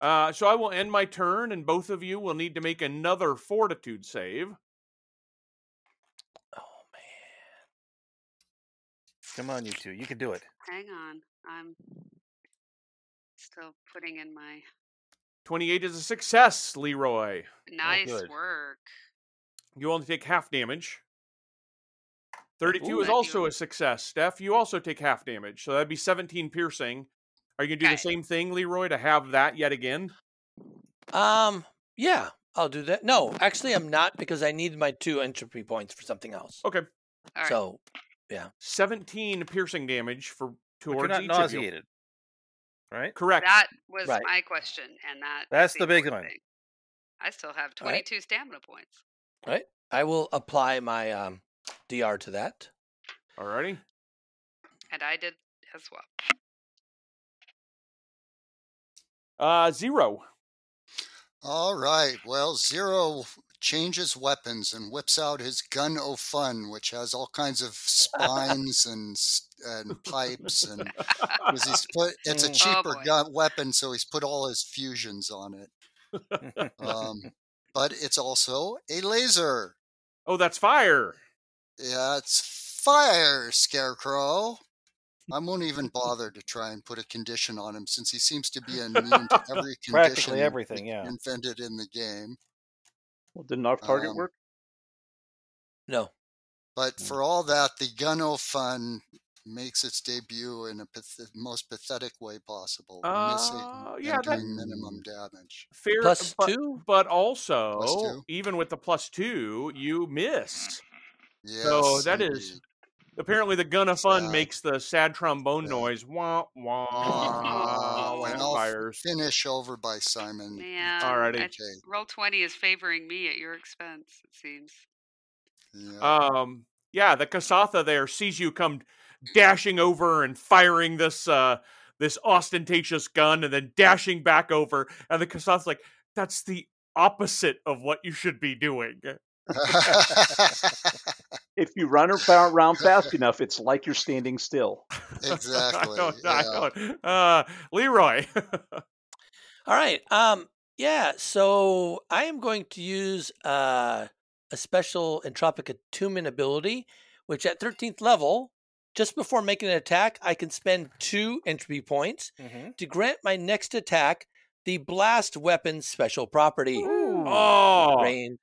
[SPEAKER 8] uh so i will end my turn and both of you will need to make another fortitude save
[SPEAKER 9] Oh man.
[SPEAKER 6] Come on, you two. You can do it.
[SPEAKER 3] Hang on. I'm still putting in my
[SPEAKER 8] 28 is a success leroy
[SPEAKER 3] nice
[SPEAKER 6] good.
[SPEAKER 3] work.
[SPEAKER 8] You only take half damage. 32
[SPEAKER 3] Ooh,
[SPEAKER 8] is
[SPEAKER 3] I do.
[SPEAKER 8] also a success. Steph, you also take half damage. So that'd be 17 piercing. Are you going to do
[SPEAKER 3] Okay.
[SPEAKER 8] the same thing, Leroy, to have that yet again?
[SPEAKER 9] Um, yeah, I'll do that. No, actually, I'm not because I need my two entropy points for something else.
[SPEAKER 8] Okay.
[SPEAKER 3] All right.
[SPEAKER 9] So
[SPEAKER 8] 17 piercing damage for
[SPEAKER 6] But
[SPEAKER 8] towards
[SPEAKER 6] you're not
[SPEAKER 8] each of you.
[SPEAKER 6] nauseated. Right?
[SPEAKER 8] Correct.
[SPEAKER 3] that was
[SPEAKER 9] Right.
[SPEAKER 3] my question, and that is
[SPEAKER 6] That's the big
[SPEAKER 3] important
[SPEAKER 6] one.
[SPEAKER 3] thing. I still have
[SPEAKER 9] All right.
[SPEAKER 3] 22 stamina points.
[SPEAKER 9] I will apply my um, DR to that.
[SPEAKER 8] Alrighty.
[SPEAKER 3] And I did as well.
[SPEAKER 8] Uh, zero.
[SPEAKER 5] All right. Well, Zero changes weapons and whips out his gun o' fun, which has all
[SPEAKER 3] [laughs]
[SPEAKER 5] kinds of spines and s- and pipes and 'cause he's put, it's a
[SPEAKER 3] Oh,
[SPEAKER 5] cheaper
[SPEAKER 3] boy.
[SPEAKER 5] gun weapon, so he's put all his fusions on it. Um,
[SPEAKER 3] [laughs]
[SPEAKER 5] but it's also a laser.
[SPEAKER 8] Oh, that's fire.
[SPEAKER 5] Yeah, it's fire, Scarecrow. I won't even bother to try and put a condition on him since he seems to be
[SPEAKER 3] [laughs]
[SPEAKER 5] immune to every condition
[SPEAKER 6] Practically
[SPEAKER 5] [laughs]
[SPEAKER 6] everything, yeah.
[SPEAKER 5] invented in the game.
[SPEAKER 10] Well, didn't off target
[SPEAKER 5] Um,
[SPEAKER 10] work?
[SPEAKER 9] No.
[SPEAKER 5] But for all that, the gun o' fun makes its debut in a path- most pathetic way possible, missing
[SPEAKER 8] Uh, yeah,
[SPEAKER 5] and
[SPEAKER 8] that
[SPEAKER 5] doing minimum damage.
[SPEAKER 8] fair.
[SPEAKER 9] Plus
[SPEAKER 8] but,
[SPEAKER 9] two?
[SPEAKER 8] but also
[SPEAKER 5] Plus two.
[SPEAKER 8] even with the plus two, you miss.
[SPEAKER 5] Yes,
[SPEAKER 8] So that is-
[SPEAKER 5] indeed.
[SPEAKER 8] Apparently, the gun of fun
[SPEAKER 5] Sad.
[SPEAKER 8] makes the sad trombone
[SPEAKER 5] Sad.
[SPEAKER 8] noise. Wah
[SPEAKER 9] [laughs]
[SPEAKER 8] wah.
[SPEAKER 5] Oh,
[SPEAKER 8] when
[SPEAKER 5] and
[SPEAKER 8] it
[SPEAKER 5] I'll
[SPEAKER 8] fires.
[SPEAKER 5] finish over by Simon.
[SPEAKER 3] Man,
[SPEAKER 8] Alrighty.
[SPEAKER 3] I-
[SPEAKER 5] Okay.
[SPEAKER 3] roll twenty is favoring me at your expense. It seems.
[SPEAKER 5] Yeah. [laughs]
[SPEAKER 8] [laughs] Um, yeah, the Kasatha there sees you come dashing over and firing this uh this ostentatious gun and then dashing back over and the Kasatha's like, that's the opposite of what you should be doing. [laughs]
[SPEAKER 10] If you run
[SPEAKER 5] [laughs]
[SPEAKER 10] around fast enough, it's like you're standing still.
[SPEAKER 5] exactly.
[SPEAKER 8] [laughs] I don't,
[SPEAKER 5] yeah.
[SPEAKER 8] I don't. Uh Leroy. [laughs]
[SPEAKER 9] All right. Um. Yeah. So I am going to use uh, a special entropic attunement ability, which at 13th level, just before making an attack, I can spend two entropy points
[SPEAKER 8] Mm-hmm.
[SPEAKER 6] hmm
[SPEAKER 9] to grant my next attack the blast weapon special property.
[SPEAKER 8] oh
[SPEAKER 9] Range.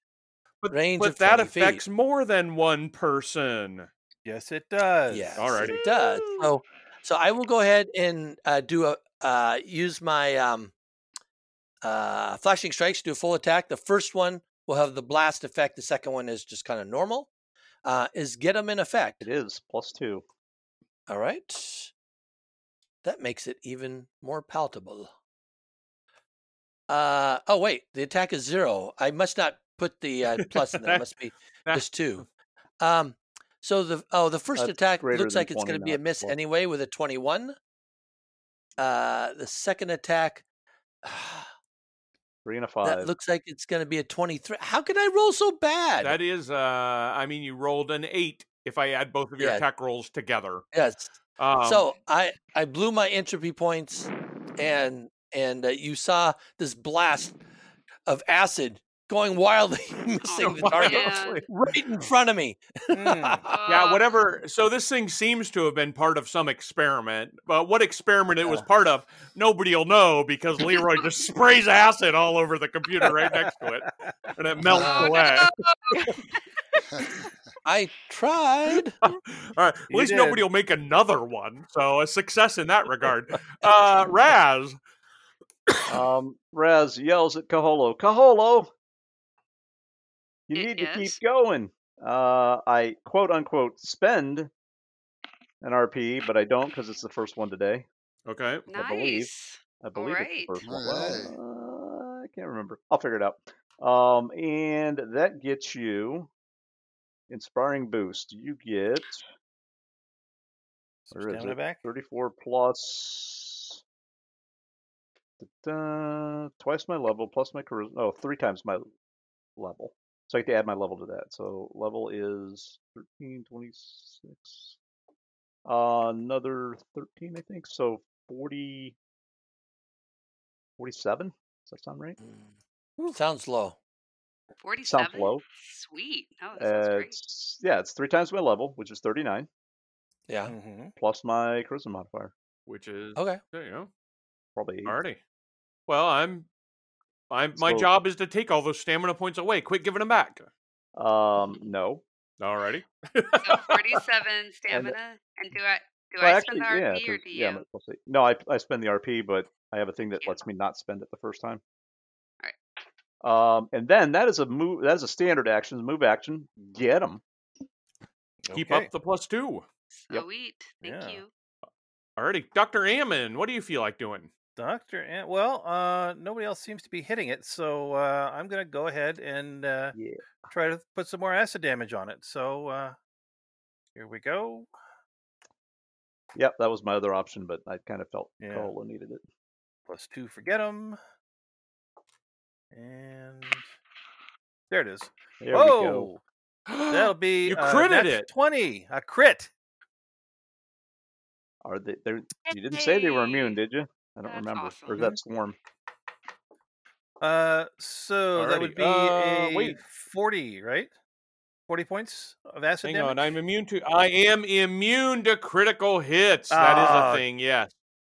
[SPEAKER 8] but,
[SPEAKER 9] range
[SPEAKER 8] but
[SPEAKER 9] of
[SPEAKER 8] that
[SPEAKER 9] 20 feet.
[SPEAKER 8] affects more than one person.
[SPEAKER 6] Yes, it does.
[SPEAKER 9] Yes,
[SPEAKER 8] Alrighty.
[SPEAKER 9] it does. So, so I will go ahead and uh, do a uh, use my um, uh, flashing strikes to do a full attack. The first one will have the blast effect. The second one is just kind of normal. Uh, is get them in effect.
[SPEAKER 10] It is plus two.
[SPEAKER 9] All right, that makes it even more palatable. Uh, oh wait, the attack is zero. I must not put the uh, plus in there. It must
[SPEAKER 10] [laughs]
[SPEAKER 9] be
[SPEAKER 8] That-
[SPEAKER 9] just two. Um, so the oh the first
[SPEAKER 10] That's
[SPEAKER 9] attack
[SPEAKER 10] greater
[SPEAKER 9] looks
[SPEAKER 10] than
[SPEAKER 9] like it's going
[SPEAKER 10] 20,
[SPEAKER 9] to be a
[SPEAKER 10] not
[SPEAKER 9] miss
[SPEAKER 10] plus.
[SPEAKER 9] anyway with a twenty-one. Uh, the second attack [sighs]
[SPEAKER 10] Three and a
[SPEAKER 9] that
[SPEAKER 10] five.
[SPEAKER 9] looks like it's going to be a twenty-three. How can I roll so bad?
[SPEAKER 8] That is uh I mean you rolled an eight if I add both of your
[SPEAKER 9] Yeah.
[SPEAKER 8] attack rolls together.
[SPEAKER 9] yes.
[SPEAKER 8] Um,
[SPEAKER 9] so I I blew my entropy points, and and uh, you saw this blast of acid going wildly, [laughs]
[SPEAKER 3] Oh,
[SPEAKER 9] missing the target
[SPEAKER 3] yeah.
[SPEAKER 9] right in front of me.
[SPEAKER 6] Mm.
[SPEAKER 8] Yeah,
[SPEAKER 3] Uh,
[SPEAKER 8] whatever. So this thing seems to have been part of some experiment, but what experiment it was
[SPEAKER 9] Yeah.
[SPEAKER 8] part of, nobody'll know because Leroy
[SPEAKER 6] [laughs]
[SPEAKER 8] just sprays acid all over the computer right next to it, and it melts
[SPEAKER 9] Oh,
[SPEAKER 6] [laughs]
[SPEAKER 8] away.
[SPEAKER 9] [laughs]
[SPEAKER 5] [laughs]
[SPEAKER 8] Uh,
[SPEAKER 9] I tried.
[SPEAKER 8] All right, at
[SPEAKER 6] You
[SPEAKER 8] least
[SPEAKER 6] did.
[SPEAKER 8] nobody'll make another one. So a success in that regard. Uh, Raz,
[SPEAKER 5] [laughs]
[SPEAKER 10] Um, Raz yells at Kaholo, Kaholo, you
[SPEAKER 3] It
[SPEAKER 10] need to keep
[SPEAKER 3] is.
[SPEAKER 10] going. Uh, I quote unquote spend an RP, but I don't because it's the first one today.
[SPEAKER 8] okay.
[SPEAKER 10] I believe.
[SPEAKER 3] nice.
[SPEAKER 10] I believe it's
[SPEAKER 3] right.
[SPEAKER 10] the first one.
[SPEAKER 5] Alright.
[SPEAKER 10] Well, uh, I can't remember. I'll figure it out. Um, and that gets you inspiring boost. You get
[SPEAKER 6] Some
[SPEAKER 10] where is
[SPEAKER 6] Stamina
[SPEAKER 10] it?
[SPEAKER 6] back.
[SPEAKER 10] 34 plus da-da, twice my level plus my charisma. Oh, three times my level. So I have to add my level to that. So level is 13, 26. Uh, another 13, I think. So 40, 47. Does that sound right?
[SPEAKER 9] Hmm, Sounds low.
[SPEAKER 3] Forty-seven.
[SPEAKER 10] low.
[SPEAKER 3] Sweet. Oh, that sounds
[SPEAKER 10] Uh,
[SPEAKER 3] great.
[SPEAKER 10] it's, yeah, it's three times my level, which is 39,
[SPEAKER 9] Yeah.
[SPEAKER 6] hmm
[SPEAKER 10] plus my charisma modifier.
[SPEAKER 8] Which is
[SPEAKER 6] Oh.
[SPEAKER 9] Okay.
[SPEAKER 8] there you go.
[SPEAKER 10] Probably eight.
[SPEAKER 8] Alrighty. Well, I'm. I'm. My
[SPEAKER 10] So-
[SPEAKER 8] job is to take all those stamina points away. Quit giving them back.
[SPEAKER 3] [laughs]
[SPEAKER 10] Um, no.
[SPEAKER 8] Alrighty.
[SPEAKER 3] So forty-seven stamina. And do I do
[SPEAKER 10] Well,
[SPEAKER 3] I
[SPEAKER 10] actually,
[SPEAKER 3] spend the
[SPEAKER 10] yeah,
[SPEAKER 3] RP or
[SPEAKER 10] 'cause-
[SPEAKER 3] do
[SPEAKER 10] yeah,
[SPEAKER 3] you?
[SPEAKER 10] my plus eight. No, I I spend the RP, but I have a thing that
[SPEAKER 3] Yeah.
[SPEAKER 10] lets me not spend it the first time.
[SPEAKER 3] Alright.
[SPEAKER 10] Um, and then that is a move. That is a standard action, a move action. Get them.
[SPEAKER 8] Keep
[SPEAKER 6] Okay.
[SPEAKER 8] up the plus two.
[SPEAKER 3] Sweet. Thank
[SPEAKER 6] Yeah.
[SPEAKER 3] you.
[SPEAKER 8] Alrighty, Dr. Ammon, what do you feel like doing?
[SPEAKER 6] Doctor Ant. Well, uh, nobody else seems to be hitting it, so uh, I'm gonna go ahead and uh,
[SPEAKER 10] Yeah.
[SPEAKER 6] try to put some more acid damage on it. So uh, here we go.
[SPEAKER 10] Yep, that was my other option, but I kind of felt
[SPEAKER 6] Yeah.
[SPEAKER 10] Corolla needed it.
[SPEAKER 6] Plus two for get 'em. and there it is.
[SPEAKER 10] There we go.
[SPEAKER 6] Whoa,
[SPEAKER 8] [gasps]
[SPEAKER 6] that'll
[SPEAKER 8] That'll
[SPEAKER 6] be
[SPEAKER 8] You
[SPEAKER 6] uh,
[SPEAKER 8] critted
[SPEAKER 6] that's
[SPEAKER 8] it.
[SPEAKER 6] Twenty, a crit.
[SPEAKER 10] Are they? They're, you didn't say they were immune,
[SPEAKER 3] Hey.
[SPEAKER 10] did you? I don't
[SPEAKER 3] That's
[SPEAKER 10] remember. Or
[SPEAKER 3] awesome.
[SPEAKER 10] is that swarm?
[SPEAKER 6] Uh, so that would
[SPEAKER 8] Alrighty,
[SPEAKER 6] be
[SPEAKER 8] uh,
[SPEAKER 6] a
[SPEAKER 8] wait.
[SPEAKER 6] forty, right? Forty points of acid
[SPEAKER 8] Hang
[SPEAKER 6] damage.
[SPEAKER 8] on, I'm immune to. I am immune to critical hits. That is
[SPEAKER 6] Ah,
[SPEAKER 8] a thing. Yes.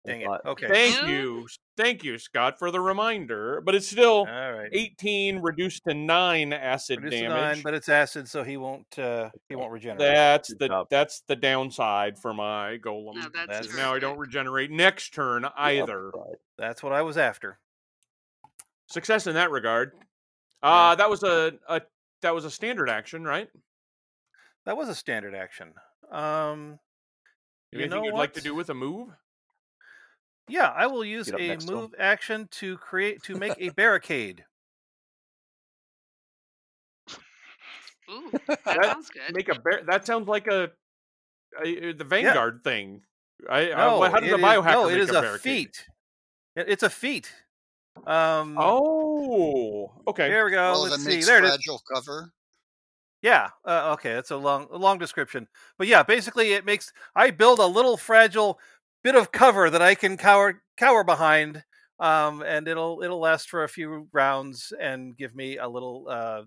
[SPEAKER 10] I
[SPEAKER 6] Dang it.
[SPEAKER 10] thought-
[SPEAKER 6] Okay.
[SPEAKER 8] Thank
[SPEAKER 3] Immune?
[SPEAKER 8] you, thank you, Scott, for the reminder. But it's still
[SPEAKER 6] All right.
[SPEAKER 8] 18 reduced to nine acid
[SPEAKER 6] Reduce to
[SPEAKER 8] damage.
[SPEAKER 6] nine, but it's acid, so he won't uh, he won't regenerate.
[SPEAKER 8] That's
[SPEAKER 10] Good
[SPEAKER 8] the
[SPEAKER 10] job.
[SPEAKER 8] that's the downside for my golem.
[SPEAKER 3] No, that's,
[SPEAKER 6] That's-
[SPEAKER 8] is now I don't regenerate next turn either.
[SPEAKER 6] That's what I was after.
[SPEAKER 8] Success in that regard.
[SPEAKER 6] Yeah.
[SPEAKER 8] Uh that was a, a that was a standard action, right?
[SPEAKER 6] That was a standard action. Um, You
[SPEAKER 8] Anything
[SPEAKER 6] know
[SPEAKER 8] you'd like to
[SPEAKER 6] what?
[SPEAKER 8] do with a move?
[SPEAKER 6] yeah, I will use
[SPEAKER 10] Get up
[SPEAKER 6] a
[SPEAKER 10] next to him.
[SPEAKER 6] move action to create to make
[SPEAKER 8] [laughs]
[SPEAKER 6] a barricade.
[SPEAKER 10] [laughs]
[SPEAKER 3] Ooh, that,
[SPEAKER 8] That-
[SPEAKER 3] sounds good.
[SPEAKER 8] Make a bear. That sounds like a, a- uh, the Vanguard thing. I,
[SPEAKER 6] No,
[SPEAKER 8] I Uh, how does
[SPEAKER 6] it
[SPEAKER 8] a
[SPEAKER 6] is-
[SPEAKER 8] biohacker
[SPEAKER 6] no,
[SPEAKER 8] make
[SPEAKER 6] it is
[SPEAKER 8] a
[SPEAKER 6] a,
[SPEAKER 8] barricade?
[SPEAKER 6] feat. It- It's a feat. Um,
[SPEAKER 8] Oh, okay.
[SPEAKER 6] here we go.
[SPEAKER 5] well, that
[SPEAKER 6] Let's see.
[SPEAKER 5] makes
[SPEAKER 6] There it is.
[SPEAKER 5] fragile cover.
[SPEAKER 6] Yeah. Uh, okay, that's a long, a long description. But yeah, basically, it makes I build a little fragile bit of cover that I can cower cower behind, um, and it'll it'll last for a few rounds and give me a little uh,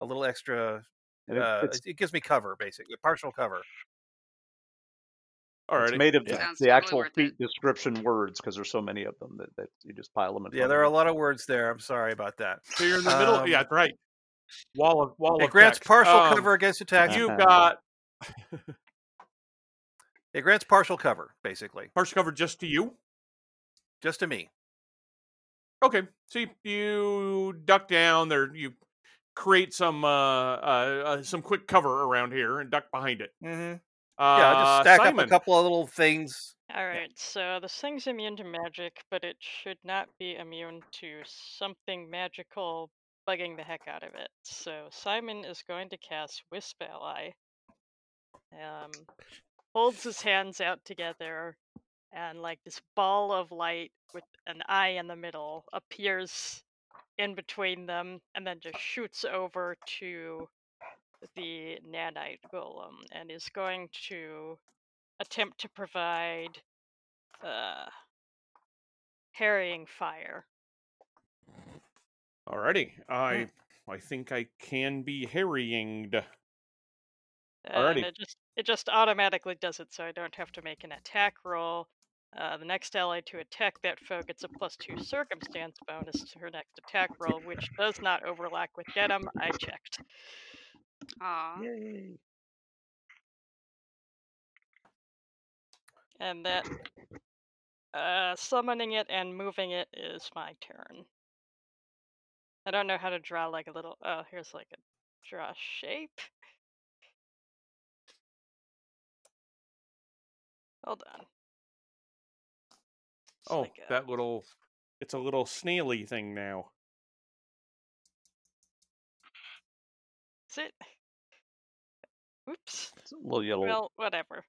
[SPEAKER 6] a little extra.
[SPEAKER 10] And it-
[SPEAKER 6] Uh,
[SPEAKER 10] it's,
[SPEAKER 6] it gives me cover, basically partial cover.
[SPEAKER 8] All
[SPEAKER 10] it's
[SPEAKER 8] right.
[SPEAKER 10] made of the,
[SPEAKER 3] Sounds
[SPEAKER 10] the
[SPEAKER 3] totally
[SPEAKER 10] actual
[SPEAKER 3] worth it.
[SPEAKER 10] feat description words because there's so many of them that, that you just pile them in.
[SPEAKER 6] Yeah,
[SPEAKER 10] front
[SPEAKER 6] there are a
[SPEAKER 10] of
[SPEAKER 6] lot of words there. I'm sorry about that.
[SPEAKER 8] So you're in the middle.
[SPEAKER 6] Um,
[SPEAKER 8] Yeah, that's right. Wall of wall
[SPEAKER 6] It
[SPEAKER 8] of
[SPEAKER 6] grants
[SPEAKER 8] text.
[SPEAKER 6] partial
[SPEAKER 8] Um,
[SPEAKER 6] cover against attacks.
[SPEAKER 8] You got
[SPEAKER 6] It grants partial cover, basically,
[SPEAKER 8] partial cover just to you.
[SPEAKER 6] just to me.
[SPEAKER 8] Okay. So you, you duck down there. You create some uh, uh, uh some quick cover around here and duck behind it.
[SPEAKER 6] Mm-hmm.
[SPEAKER 8] Uh,
[SPEAKER 6] Yeah, I just stack
[SPEAKER 8] Simon,
[SPEAKER 6] up a couple of little things.
[SPEAKER 7] All right, so this thing's immune to magic, but it should not be immune to something magical bugging the heck out of it. So Simon is going to cast Wisp Ally. Um, holds his hands out together, and like this ball of light with an eye in the middle appears in between them, and then just shoots over to the nanite golem, and is going to attempt to provide uh, harrying fire.
[SPEAKER 8] Alrighty.
[SPEAKER 6] Hmm.
[SPEAKER 8] I I think I can be harryinged.
[SPEAKER 7] And
[SPEAKER 8] Alrighty.
[SPEAKER 7] it just it just automatically does it, so I don't have to make an attack roll. Uh, the next ally to attack that foe gets a plus two circumstance bonus to her next attack roll, which does not overlap with get 'em. I checked.
[SPEAKER 3] Aw.
[SPEAKER 10] them. Yay.
[SPEAKER 7] And that uh, summoning it and moving it is my turn. I don't know how to draw like a little. Oh, here's like a draw shape. Hold on. It's
[SPEAKER 8] Oh,
[SPEAKER 7] like a-
[SPEAKER 8] that little it's a little snaily thing now.
[SPEAKER 7] is it? Oops.
[SPEAKER 10] It's a little
[SPEAKER 8] Oh.
[SPEAKER 10] yellow.
[SPEAKER 7] Well, whatever.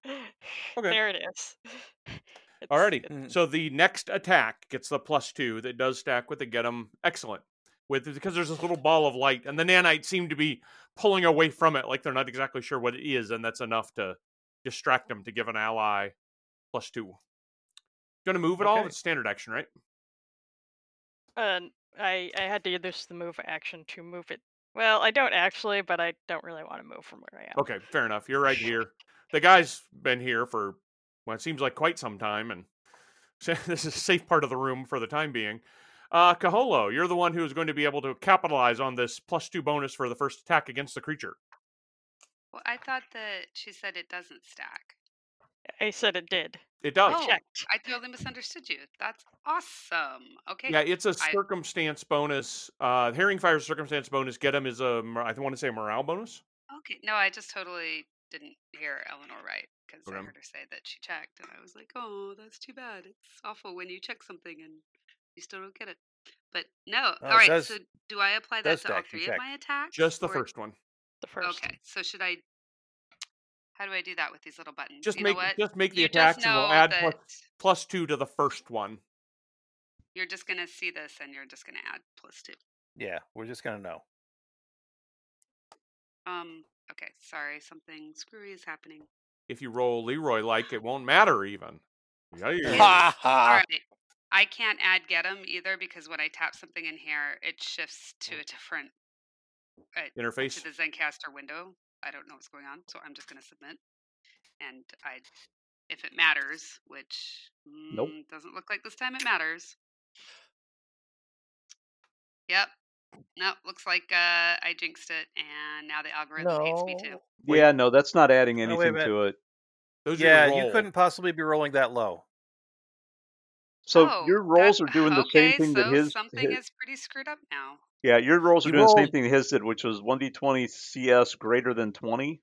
[SPEAKER 7] There it is. [laughs] It's,
[SPEAKER 8] Alrighty.
[SPEAKER 7] it-
[SPEAKER 6] Mm.
[SPEAKER 8] So the next attack gets the plus two that does stack with the get 'em. Excellent. With because there's this little ball of light, and the nanites seem to be pulling away from it, like they're not exactly sure what it is, and that's enough to distract them to give an ally plus two. You want to move at all?
[SPEAKER 6] Okay.
[SPEAKER 8] It's standard action, right?
[SPEAKER 7] uh, I I had to use the move action to move it. Well, I don't actually, but I don't really want to move from where I am.
[SPEAKER 8] Okay, fair enough. You're right here. The guy's been here for well, it seems like quite some time, and [laughs] so this is a safe part of the room for the time being. Uh, Caholo, you're the one who is going to be able to capitalize on this plus two bonus for the first attack against the creature.
[SPEAKER 3] Well, I thought that she said it doesn't stack.
[SPEAKER 7] I said it did.
[SPEAKER 8] It does.
[SPEAKER 7] I
[SPEAKER 3] Oh,
[SPEAKER 7] checked.
[SPEAKER 3] I totally misunderstood you. That's awesome. Okay.
[SPEAKER 8] Yeah, it's a
[SPEAKER 3] I-
[SPEAKER 8] circumstance bonus. Uh, Herring Fire circumstance bonus. Get him is a mor- I want to say a morale bonus.
[SPEAKER 3] Okay. No, I just totally didn't hear Eleanor right because I
[SPEAKER 1] Okay.
[SPEAKER 3] heard her say that she checked, and I was like, "Oh, that's too bad. It's awful when you check something and you still don't get it." But no,
[SPEAKER 6] No,
[SPEAKER 3] all
[SPEAKER 6] it
[SPEAKER 3] right.
[SPEAKER 6] does-
[SPEAKER 3] so do I apply that
[SPEAKER 6] does
[SPEAKER 3] to all
[SPEAKER 6] stack, you
[SPEAKER 3] three of
[SPEAKER 6] check.
[SPEAKER 3] my attacks?
[SPEAKER 8] Just the
[SPEAKER 3] or-
[SPEAKER 8] first one.
[SPEAKER 7] The first.
[SPEAKER 3] Okay, so should I? How do I do that with these little buttons?
[SPEAKER 8] Just
[SPEAKER 3] you
[SPEAKER 8] make
[SPEAKER 3] know what?
[SPEAKER 8] just make the
[SPEAKER 3] you
[SPEAKER 8] attacks
[SPEAKER 3] just
[SPEAKER 8] and
[SPEAKER 3] know
[SPEAKER 8] we'll add
[SPEAKER 3] that
[SPEAKER 8] plus, plus two to the first one.
[SPEAKER 3] you're just gonna see this, and you're just gonna add plus two.
[SPEAKER 6] Yeah, we're just gonna know.
[SPEAKER 3] Um. Okay. Sorry, something screwy is happening.
[SPEAKER 8] If you roll Leroy like, it won't matter
[SPEAKER 3] [laughs]
[SPEAKER 8] even. Yeah.
[SPEAKER 9] Ha
[SPEAKER 3] All
[SPEAKER 9] ha.
[SPEAKER 3] right. I can't add get 'em either because when I tap something in here, it shifts to
[SPEAKER 10] Mm.
[SPEAKER 3] a different to
[SPEAKER 8] Interface.
[SPEAKER 3] the Zencaster window. I don't know what's going on, so I'm just going to submit. And I, if it matters, which
[SPEAKER 10] Nope.
[SPEAKER 3] mm, doesn't look like this time it matters. Yep. Nope. Looks like uh, I jinxed it, and now the algorithm hates me too.
[SPEAKER 8] Wait.
[SPEAKER 10] Yeah, no, that's not adding
[SPEAKER 6] Oh, wait a
[SPEAKER 10] anything
[SPEAKER 6] minute.
[SPEAKER 10] to it.
[SPEAKER 8] Those are your
[SPEAKER 6] yeah, you
[SPEAKER 8] roll.
[SPEAKER 6] couldn't possibly be rolling that low.
[SPEAKER 10] So
[SPEAKER 3] Oh,
[SPEAKER 10] your rolls
[SPEAKER 3] that-
[SPEAKER 10] are doing
[SPEAKER 3] [laughs]
[SPEAKER 10] the
[SPEAKER 3] okay,
[SPEAKER 10] same thing
[SPEAKER 3] so
[SPEAKER 10] that his,
[SPEAKER 3] Something
[SPEAKER 10] his-
[SPEAKER 3] is pretty screwed up now.
[SPEAKER 10] yeah, your rolls are
[SPEAKER 9] You
[SPEAKER 10] doing the same
[SPEAKER 9] rolled-
[SPEAKER 10] thing that his did, which was 1d20 CS greater than 20.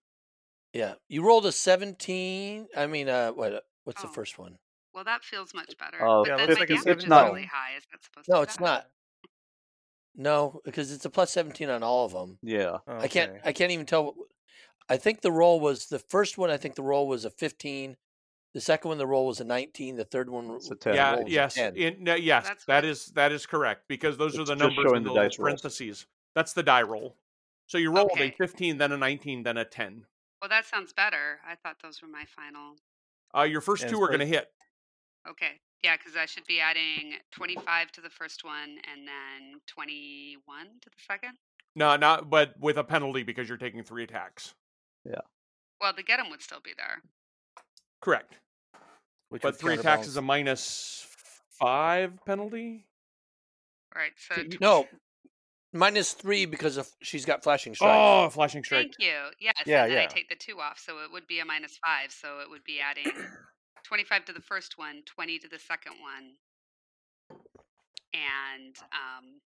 [SPEAKER 9] Yeah. You rolled a 17. I mean, uh, what? What's the
[SPEAKER 3] Oh.
[SPEAKER 9] first one?
[SPEAKER 3] Well, that feels much better.
[SPEAKER 10] Oh,
[SPEAKER 6] Yeah,
[SPEAKER 3] but then
[SPEAKER 6] looks
[SPEAKER 3] my
[SPEAKER 6] like a
[SPEAKER 3] damage is
[SPEAKER 10] 17.
[SPEAKER 3] really high. Is that supposed to
[SPEAKER 9] No,
[SPEAKER 3] be
[SPEAKER 9] it's
[SPEAKER 3] bad?
[SPEAKER 9] not. No, because it's a plus 17 on all of them.
[SPEAKER 10] Yeah.
[SPEAKER 9] I can't.
[SPEAKER 6] Okay.
[SPEAKER 9] I can't even tell. What, I think the roll was the first one. I think the roll was a 15. The second one, the roll was a 19. The third one,
[SPEAKER 10] It's a
[SPEAKER 9] the
[SPEAKER 10] 10.
[SPEAKER 9] roll
[SPEAKER 8] yeah,
[SPEAKER 9] was a
[SPEAKER 8] yes,
[SPEAKER 9] 10.
[SPEAKER 8] in, no, yes,
[SPEAKER 3] That's
[SPEAKER 8] that
[SPEAKER 3] what-
[SPEAKER 8] is that is correct because those are
[SPEAKER 10] It's
[SPEAKER 8] the
[SPEAKER 10] just
[SPEAKER 8] numbers
[SPEAKER 10] showing
[SPEAKER 8] in
[SPEAKER 10] the
[SPEAKER 8] the, little
[SPEAKER 10] dice rolls.
[SPEAKER 8] parentheses. That's the die roll. So you rolled
[SPEAKER 3] Okay.
[SPEAKER 8] a 15, then a 19, then a 10.
[SPEAKER 3] Well, that sounds better. I thought those were my final.
[SPEAKER 8] Uh, your first
[SPEAKER 6] And
[SPEAKER 8] two are
[SPEAKER 6] so-
[SPEAKER 8] going to hit.
[SPEAKER 3] Okay. Yeah, because I should be adding 25 to the first one and then 21 to the second.
[SPEAKER 8] No, not but with a penalty because you're taking three attacks.
[SPEAKER 3] Well, the get 'em would still be there.
[SPEAKER 8] Correct.
[SPEAKER 6] Which
[SPEAKER 8] but
[SPEAKER 6] would
[SPEAKER 8] three attacks
[SPEAKER 6] [laughs] counterbalance-
[SPEAKER 8] is a minus five penalty.
[SPEAKER 3] All right. So,
[SPEAKER 8] you-
[SPEAKER 3] tw-
[SPEAKER 9] No, minus three because of she's got flashing strike.
[SPEAKER 8] Oh, flashing strike.
[SPEAKER 3] thank you. Yes.
[SPEAKER 6] Yeah,
[SPEAKER 3] and then I
[SPEAKER 6] yeah.
[SPEAKER 3] take the two off. So it would be a minus five. So it would be adding 25 to the first one, 20 to the second one, and um,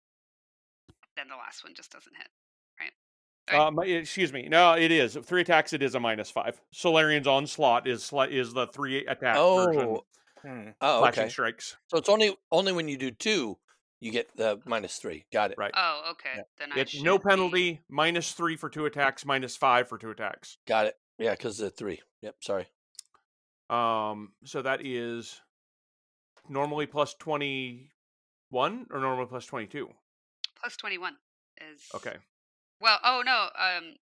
[SPEAKER 3] then the last one just doesn't hit. Right.
[SPEAKER 8] Uh, mi- excuse me. No, it is three attacks. It is a minus five. Solarian's onslaught is sli- is the three attack version.
[SPEAKER 9] Oh,
[SPEAKER 6] Hmm.
[SPEAKER 9] oh,
[SPEAKER 8] Flashing
[SPEAKER 9] okay.
[SPEAKER 8] strikes.
[SPEAKER 9] So it's only only when you do two, you get the minus three. Got it.
[SPEAKER 8] Right.
[SPEAKER 3] Oh, okay. Then I
[SPEAKER 8] It's no
[SPEAKER 3] should be-
[SPEAKER 8] penalty. Minus three for two attacks. Minus five for two attacks.
[SPEAKER 9] Got it. Yeah, because the three. Yep. Sorry.
[SPEAKER 8] Um. So that is normally plus twenty one or normally plus twenty two.
[SPEAKER 3] plus 21 is
[SPEAKER 8] Okay.
[SPEAKER 3] Well, oh no, um,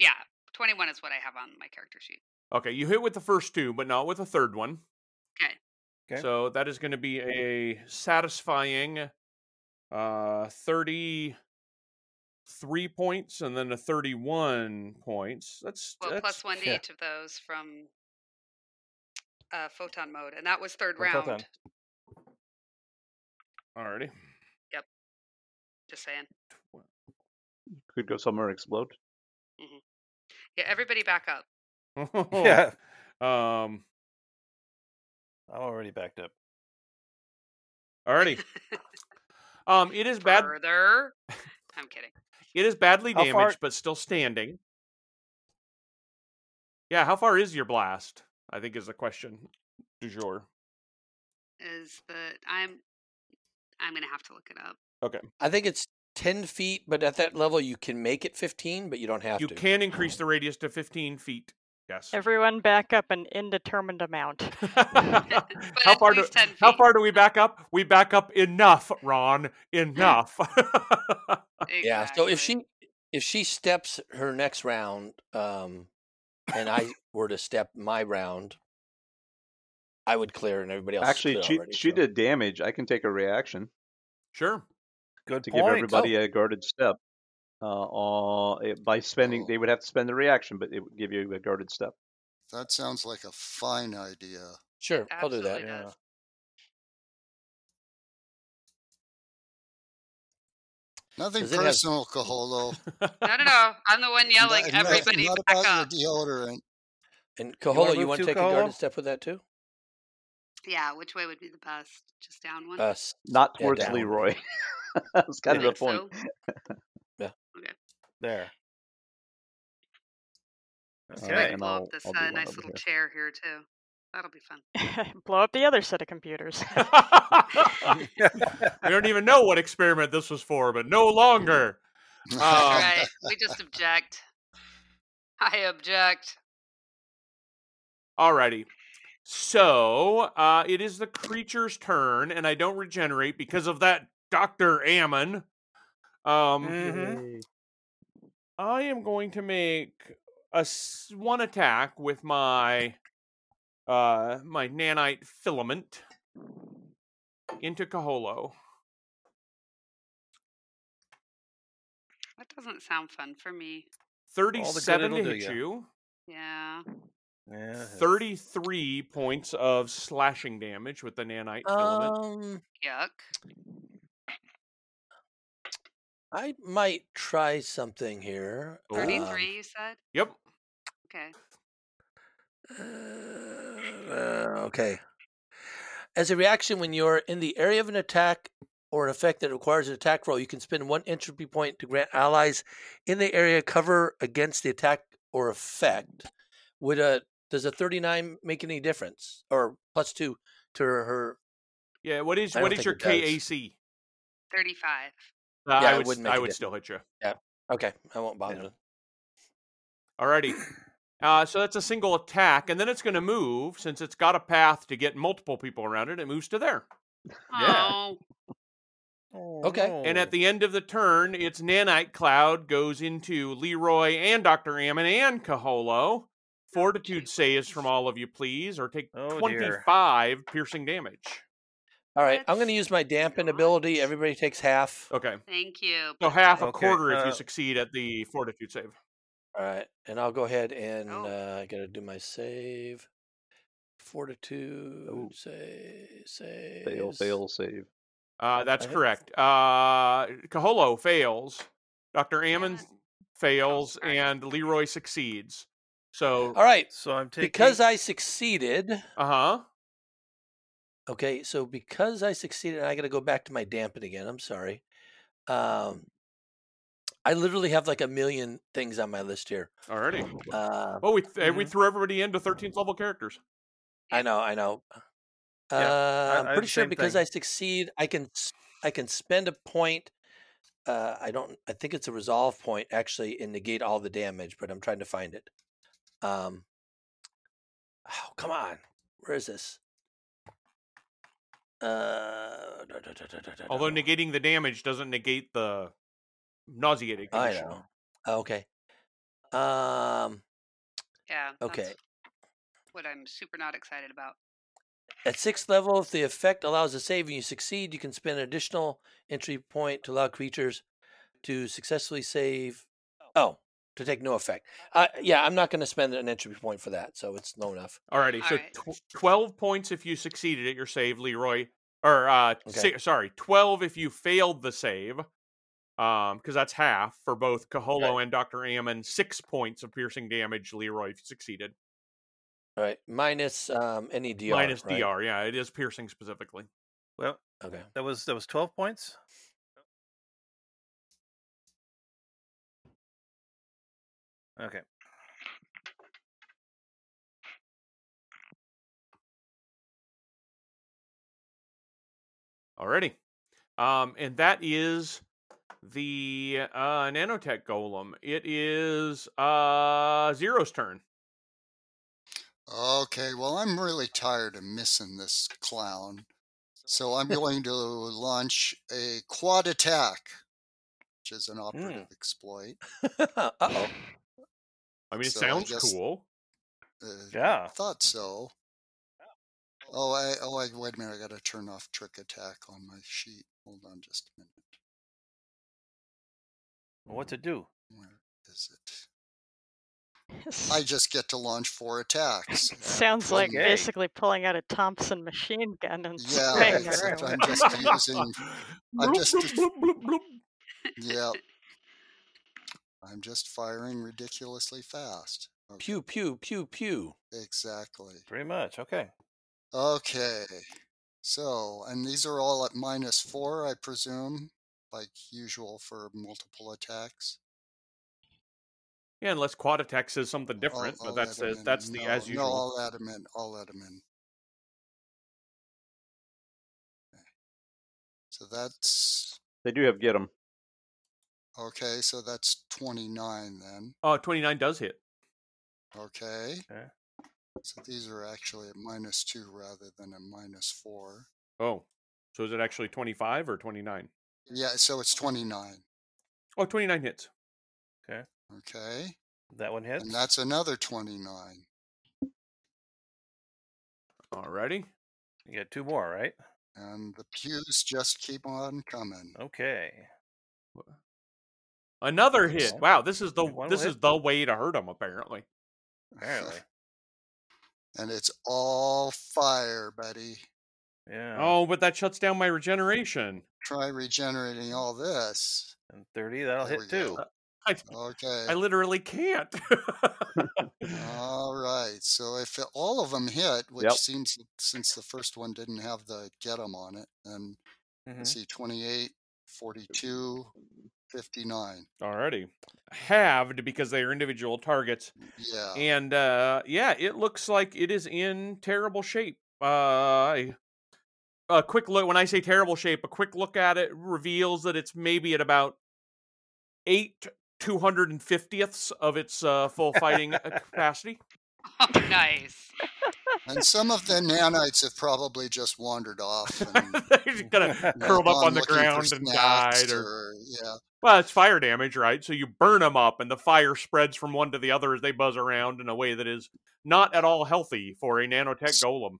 [SPEAKER 3] yeah, twenty-one is what I have on my character sheet.
[SPEAKER 8] Okay. You hit with the first two, but not with the third one.
[SPEAKER 3] 'Kay.
[SPEAKER 6] 'Kay.
[SPEAKER 8] So that is going to be a satisfying uh 33 points and then a 31 points. That's
[SPEAKER 3] Well,
[SPEAKER 8] that's,
[SPEAKER 3] plus one to
[SPEAKER 6] yeah.
[SPEAKER 3] each of those from uh, photon mode, and that was third
[SPEAKER 6] From
[SPEAKER 3] round.
[SPEAKER 6] Photon.
[SPEAKER 8] already. [laughs]
[SPEAKER 3] Just saying.
[SPEAKER 10] Could go somewhere and explode.
[SPEAKER 3] Mm-hmm. Yeah, everybody back up.
[SPEAKER 6] Yeah,
[SPEAKER 8] Um
[SPEAKER 6] I'm already backed up.
[SPEAKER 8] already. Um it is bad
[SPEAKER 3] Further. I'm kidding.
[SPEAKER 8] it is badly
[SPEAKER 6] How
[SPEAKER 8] damaged
[SPEAKER 6] far-
[SPEAKER 8] but still standing. Yeah, how far is your blast? I think is the question. Du jour.
[SPEAKER 3] Is the I'm I'm gonna have to look it up. [laughs]
[SPEAKER 9] I think it's ten feet, but at that level you can make it fifteen, but you don't have
[SPEAKER 8] You
[SPEAKER 9] to.
[SPEAKER 8] can increase the radius to 15 feet. Yes. [laughs]
[SPEAKER 7] [laughs] Everyone back up an indeterminate amount. [laughs]
[SPEAKER 3] But
[SPEAKER 8] how
[SPEAKER 3] at
[SPEAKER 8] far do
[SPEAKER 3] least ten feet.
[SPEAKER 8] How far do we back up? We back up enough, Ron. Enough. [laughs]
[SPEAKER 9] Yeah. So if
[SPEAKER 3] Exactly.
[SPEAKER 9] she if she steps her next round, um, and I were to step my round, I would clear, and everybody else
[SPEAKER 10] Actually,
[SPEAKER 9] is
[SPEAKER 10] she
[SPEAKER 9] clear already.
[SPEAKER 10] she
[SPEAKER 9] so-
[SPEAKER 10] did damage. I can take a reaction
[SPEAKER 8] sure.
[SPEAKER 6] Good
[SPEAKER 10] to
[SPEAKER 6] point. Oh,
[SPEAKER 10] give everybody a guarded step. Uh, uh, it- by spending,
[SPEAKER 9] Oh.
[SPEAKER 10] they would have to spend the reaction, but it would give you a guarded step.
[SPEAKER 5] That sounds like a fine idea.
[SPEAKER 9] Sure, I'll do
[SPEAKER 3] Absolutely
[SPEAKER 9] that.
[SPEAKER 6] Yeah.
[SPEAKER 3] does.
[SPEAKER 5] Nothing
[SPEAKER 9] Does it have-
[SPEAKER 5] personal, Caholo. uh,
[SPEAKER 3] No, no, no. I'm the one yelling.
[SPEAKER 5] Not- not-
[SPEAKER 3] Everybody
[SPEAKER 5] not
[SPEAKER 3] back
[SPEAKER 5] about
[SPEAKER 3] up.
[SPEAKER 5] your deodorant.
[SPEAKER 9] And
[SPEAKER 6] wanna
[SPEAKER 9] Kaholo, you
[SPEAKER 6] move
[SPEAKER 9] want
[SPEAKER 6] too,
[SPEAKER 9] to take a
[SPEAKER 6] Kaholo?
[SPEAKER 9] guarded step with that too?
[SPEAKER 3] Yeah. Which way would be the best? Just down one.
[SPEAKER 9] Us.
[SPEAKER 10] Not
[SPEAKER 9] Yeah,
[SPEAKER 10] towards
[SPEAKER 9] down.
[SPEAKER 10] Leroy. [laughs] That's kind
[SPEAKER 3] Think
[SPEAKER 10] of the point.
[SPEAKER 3] so?
[SPEAKER 9] Yeah.
[SPEAKER 6] There.
[SPEAKER 3] So
[SPEAKER 10] Okay.
[SPEAKER 3] I
[SPEAKER 10] Alright,
[SPEAKER 3] can
[SPEAKER 10] and
[SPEAKER 3] blow
[SPEAKER 10] I'll-
[SPEAKER 3] up this
[SPEAKER 10] I'll do
[SPEAKER 3] uh,
[SPEAKER 10] one
[SPEAKER 3] nice
[SPEAKER 10] over
[SPEAKER 3] little
[SPEAKER 10] here.
[SPEAKER 3] chair here too. That'll be fun.
[SPEAKER 7] Blow up the other set of computers.
[SPEAKER 8] [laughs] we don't even know what experiment this was for, but no longer.
[SPEAKER 3] All
[SPEAKER 8] Um,
[SPEAKER 3] right, we just [laughs] object. I object.
[SPEAKER 8] Alrighty. So uh, it is the creature's turn, and I don't regenerate because of that Dr. Ammon. Um,
[SPEAKER 6] Mhm.
[SPEAKER 10] Yay.
[SPEAKER 8] I am going to make a s- one attack with my uh my nanite filament into Kaholo.
[SPEAKER 3] That doesn't sound fun for me.
[SPEAKER 8] Thirty-seven to
[SPEAKER 6] it'll do
[SPEAKER 8] hit
[SPEAKER 6] ya.
[SPEAKER 8] you.
[SPEAKER 3] Yeah.
[SPEAKER 9] Uh-huh.
[SPEAKER 6] Yeah, it hits.
[SPEAKER 8] Thirty-three points of slashing damage with the nanite filament.
[SPEAKER 9] Um,
[SPEAKER 3] Yuck.
[SPEAKER 9] I might try something here.
[SPEAKER 8] Oh.
[SPEAKER 9] Um,
[SPEAKER 3] 33, you said?
[SPEAKER 8] Yep.
[SPEAKER 3] Okay.
[SPEAKER 9] Uh, okay. As a reaction, when you're in the area of an attack or an effect that requires an attack roll, you can spend one entropy point to grant allies in the area cover against the attack or effect. Would a does a 39 make any difference or plus two to her? her
[SPEAKER 8] Yeah. What is
[SPEAKER 9] I
[SPEAKER 8] what
[SPEAKER 9] don't
[SPEAKER 8] is
[SPEAKER 9] think
[SPEAKER 8] your
[SPEAKER 9] it does.
[SPEAKER 8] KAC?
[SPEAKER 3] 35.
[SPEAKER 8] Uh,
[SPEAKER 9] Yeah,
[SPEAKER 8] I
[SPEAKER 9] it
[SPEAKER 8] would st-
[SPEAKER 9] wouldn't make
[SPEAKER 8] I
[SPEAKER 9] a
[SPEAKER 8] would
[SPEAKER 9] difference.
[SPEAKER 8] still hit you.
[SPEAKER 9] okay, I won't bother.
[SPEAKER 10] Yeah.
[SPEAKER 9] then.
[SPEAKER 8] Alrighty. Uh, so that's a single attack, and then it's going to move since it's got a path to get multiple people around it. It moves to there.
[SPEAKER 10] Yeah.
[SPEAKER 3] Oh,
[SPEAKER 6] Oh,
[SPEAKER 9] Okay.
[SPEAKER 8] And
[SPEAKER 6] no.
[SPEAKER 8] at the end of the turn, its nanite cloud goes into Leroy and Dr. Ammon and Kaholo. Fortitude saves from all of you, please, or take
[SPEAKER 6] Oh, dear.
[SPEAKER 8] 25 piercing damage.
[SPEAKER 9] All right, I'm going to
[SPEAKER 3] That's
[SPEAKER 9] use my dampen
[SPEAKER 3] not-
[SPEAKER 9] ability. Everybody takes half.
[SPEAKER 8] Okay.
[SPEAKER 3] thank you.
[SPEAKER 8] So
[SPEAKER 3] but
[SPEAKER 8] half a
[SPEAKER 3] that's-
[SPEAKER 6] Okay,
[SPEAKER 8] quarter if you
[SPEAKER 6] uh,
[SPEAKER 8] succeed at the fortitude save.
[SPEAKER 9] All right, and I'll go ahead and
[SPEAKER 3] Oh.
[SPEAKER 9] uh, I gotta do my save. Fortitude
[SPEAKER 10] Oh.
[SPEAKER 9] save. Save.
[SPEAKER 10] Fail, fail, save. [laughs]
[SPEAKER 8] Uh, that's
[SPEAKER 9] Okay.
[SPEAKER 8] correct. Uh, Kaholo fails, Dr. Ammon
[SPEAKER 3] it.
[SPEAKER 8] fails,
[SPEAKER 3] sorry.
[SPEAKER 8] and Leroy succeeds. So,
[SPEAKER 9] All right,
[SPEAKER 6] So I'm taking
[SPEAKER 9] because I succeeded.
[SPEAKER 8] uh huh.
[SPEAKER 9] Okay, so because I succeeded, I gotta go back to my dampen again. I'm sorry. Um, I literally have like a million things on my list here.
[SPEAKER 8] Alrighty.
[SPEAKER 9] Uh,
[SPEAKER 8] Well, we, th- we threw everybody into 13th level characters.
[SPEAKER 9] I know, I know.
[SPEAKER 6] Yeah,
[SPEAKER 9] Uh,
[SPEAKER 6] I
[SPEAKER 9] I'm
[SPEAKER 6] had
[SPEAKER 9] pretty
[SPEAKER 6] the
[SPEAKER 9] sure
[SPEAKER 6] same
[SPEAKER 9] because
[SPEAKER 6] thing.
[SPEAKER 9] I succeed, I can s- I can spend a point. Uh, I don't. I think it's a resolve point actually, and negate all the damage. But I'm trying to find it. Um. Oh come on, where is this? Uh. da- da- da- da- da- da-
[SPEAKER 8] Although
[SPEAKER 9] da.
[SPEAKER 8] negating the damage doesn't negate the nauseating
[SPEAKER 9] I
[SPEAKER 8] condition.
[SPEAKER 9] know. Okay. Um.
[SPEAKER 3] Yeah. that's
[SPEAKER 9] Okay.
[SPEAKER 3] what I'm super not excited about. [laughs]
[SPEAKER 9] At sixth level, if the effect allows a save and you succeed, you can spend an additional entry point to allow creatures to successfully save. Oh, to take no effect. Uh, yeah, I'm not going to spend an entry point for that, so it's low enough.
[SPEAKER 8] Alrighty, so
[SPEAKER 3] Alright.
[SPEAKER 8] tw- 12 points if you succeeded at your save, Leroy. Or, uh,
[SPEAKER 9] Okay.
[SPEAKER 8] si- sorry, 12 if you failed the save, um, because that's half for both Kaholo and Dr. Ammon. Six points of piercing damage, Leroy, if you succeeded.
[SPEAKER 9] All right, minus um, any DR.
[SPEAKER 8] Minus
[SPEAKER 9] right?
[SPEAKER 8] DR, yeah, it is piercing specifically.
[SPEAKER 6] well,
[SPEAKER 9] Okay. [laughs]
[SPEAKER 6] that was that was 12 points. Okay.
[SPEAKER 8] Alrighty. Um, and that is the uh, nanotech golem. It is uh, Zero's turn.
[SPEAKER 5] Okay, well, I'm really tired of missing this clown.
[SPEAKER 8] [laughs]
[SPEAKER 5] So I'm going to launch a quad attack, which is
[SPEAKER 8] Hmm.
[SPEAKER 5] an operative exploit.
[SPEAKER 9] uh oh.
[SPEAKER 8] I mean, it
[SPEAKER 5] So I
[SPEAKER 8] sounds
[SPEAKER 5] guess-
[SPEAKER 8] cool.
[SPEAKER 5] Uh,
[SPEAKER 6] Yeah.
[SPEAKER 5] Thought so. Oh, I, oh, I, wait a minute. I got to turn off trick attack on my sheet. Hold on just a minute.
[SPEAKER 6] What to do?
[SPEAKER 5] Where is it? I [laughs] just get to launch
[SPEAKER 8] [laughs]
[SPEAKER 5] four attacks.
[SPEAKER 7] [laughs] Sounds like
[SPEAKER 5] Okay.
[SPEAKER 7] basically pulling out a Thompson machine gun and
[SPEAKER 5] Yeah,
[SPEAKER 7] spraying
[SPEAKER 5] except [laughs]
[SPEAKER 7] everyone.
[SPEAKER 5] I'm just using- I'm just- Yeah. I'm just firing ridiculously fast. Okay,
[SPEAKER 9] Pew, pew, pew, pew.
[SPEAKER 5] Exactly.
[SPEAKER 6] Pretty much. Okay.
[SPEAKER 5] Okay. So, and these are all at minus four, I presume, like usual for multiple attacks.
[SPEAKER 8] Yeah, unless quad attack says something different,
[SPEAKER 5] I'll
[SPEAKER 8] but that's
[SPEAKER 5] let 'em
[SPEAKER 8] the,
[SPEAKER 5] in.
[SPEAKER 8] that's the
[SPEAKER 5] No,
[SPEAKER 8] as
[SPEAKER 5] No,
[SPEAKER 8] usual.
[SPEAKER 5] I'll add him in. I'll add him in. Eh. So that's
[SPEAKER 10] They do have get them.
[SPEAKER 5] okay. So that's 29 then.
[SPEAKER 8] Oh, 29 does hit.
[SPEAKER 5] Okay.
[SPEAKER 6] Okay.
[SPEAKER 5] So these are actually at minus two rather than a minus four.
[SPEAKER 8] Oh, so is it actually 25 or 29?
[SPEAKER 5] Yeah. So it's 29.
[SPEAKER 8] Oh, 29 hits.
[SPEAKER 5] Okay.
[SPEAKER 6] That one hits.
[SPEAKER 5] And that's another 29.
[SPEAKER 8] Alrighty.
[SPEAKER 6] You get two more, right?
[SPEAKER 5] And the pews just keep on coming.
[SPEAKER 6] Okay.
[SPEAKER 8] Another hit.
[SPEAKER 6] Okay.
[SPEAKER 8] Wow, this is the
[SPEAKER 6] One
[SPEAKER 8] this
[SPEAKER 6] will
[SPEAKER 8] is
[SPEAKER 6] hit.
[SPEAKER 8] the way to hurt him apparently.
[SPEAKER 6] Apparently.
[SPEAKER 5] and it's all fire, buddy.
[SPEAKER 6] Yeah.
[SPEAKER 8] Oh, but that shuts down my regeneration.
[SPEAKER 5] Try regenerating all this.
[SPEAKER 6] And 30, that'll
[SPEAKER 5] There
[SPEAKER 6] hit
[SPEAKER 5] we
[SPEAKER 6] too.
[SPEAKER 5] go.
[SPEAKER 8] I,
[SPEAKER 5] Okay.
[SPEAKER 8] I literally can't. [laughs]
[SPEAKER 5] All right. So if it- all of them hit, which
[SPEAKER 10] Yep.
[SPEAKER 5] seems since the first one didn't have the get 'em on it, then let's
[SPEAKER 8] Mm-hmm.
[SPEAKER 6] Mhm.
[SPEAKER 5] see 28, 42, 59.
[SPEAKER 8] Alrighty. Halved because they are individual targets.
[SPEAKER 5] Yeah.
[SPEAKER 8] And uh yeah, it looks like it is in terrible shape. Uh I- a quick look when I say terrible shape, a quick look at it reveals that it's maybe at about eight two hundred and fiftieths of its uh full fighting uh, capacity. [laughs]
[SPEAKER 3] Oh, nice.
[SPEAKER 5] and some of the nanites have probably just wandered off and
[SPEAKER 8] They're just
[SPEAKER 5] [laughs]
[SPEAKER 8] kind of curled up
[SPEAKER 5] gone
[SPEAKER 8] on the
[SPEAKER 5] looking for
[SPEAKER 8] ground and
[SPEAKER 5] snacks
[SPEAKER 8] died or
[SPEAKER 5] yeah.
[SPEAKER 8] Well, it's fire damage, right? So you burn them up, and the fire spreads from one to the other as they buzz around in a way that is not at all healthy for a nanotech golem.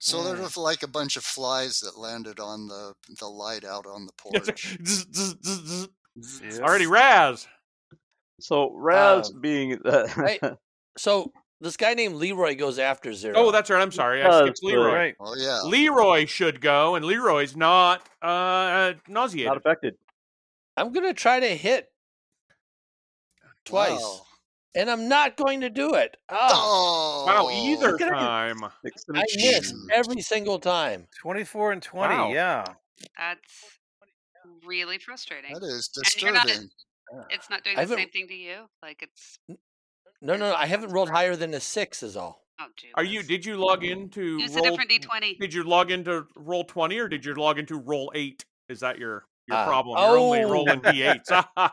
[SPEAKER 5] So there
[SPEAKER 6] Mm.
[SPEAKER 5] was like a bunch of flies that landed on the the light out on
[SPEAKER 8] [laughs]
[SPEAKER 5] the porch.
[SPEAKER 8] Zzz, zzz, zzz, zzz.
[SPEAKER 6] Yes.
[SPEAKER 8] Already, Raz.
[SPEAKER 10] So Raz
[SPEAKER 9] Um,
[SPEAKER 10] being [laughs] uh, the
[SPEAKER 8] [laughs]
[SPEAKER 9] I- So this guy named Leroy goes after Zero.
[SPEAKER 8] Oh, that's right. I'm sorry. I
[SPEAKER 10] Because
[SPEAKER 8] skipped
[SPEAKER 10] the-
[SPEAKER 8] Leroy.
[SPEAKER 6] Right.
[SPEAKER 5] Oh yeah.
[SPEAKER 8] Leroy should go, and Leroy's not uh, nauseated.
[SPEAKER 10] not affected.
[SPEAKER 9] I'm gonna try to hit twice,
[SPEAKER 5] Wow.
[SPEAKER 9] and I'm not going to do it. Oh,
[SPEAKER 5] Oh.
[SPEAKER 8] Ah. wow, either
[SPEAKER 9] Look at it.
[SPEAKER 8] time.
[SPEAKER 10] Six
[SPEAKER 9] I
[SPEAKER 10] damage.
[SPEAKER 9] miss
[SPEAKER 5] shoot.
[SPEAKER 9] every single time.
[SPEAKER 6] 24 and 20.
[SPEAKER 8] Wow.
[SPEAKER 6] Yeah.
[SPEAKER 3] That's really frustrating.
[SPEAKER 5] That is
[SPEAKER 3] And you're not-
[SPEAKER 5] disturbing.
[SPEAKER 3] It's not doing
[SPEAKER 9] I
[SPEAKER 3] the
[SPEAKER 9] haven't-
[SPEAKER 3] same thing to you. Like it's.
[SPEAKER 9] No, no, no. I haven't rolled higher than a six. Is all.
[SPEAKER 3] Oh, gee
[SPEAKER 8] Are you?
[SPEAKER 3] whiz.
[SPEAKER 8] Did you log into
[SPEAKER 3] Use a
[SPEAKER 8] roll?
[SPEAKER 3] different D20.
[SPEAKER 8] Did you log into roll twenty, or did you log into roll eight? Is that your your
[SPEAKER 9] Ah.
[SPEAKER 8] problem? You're only
[SPEAKER 9] Oh.
[SPEAKER 8] rolling [laughs] d8s.
[SPEAKER 9] I,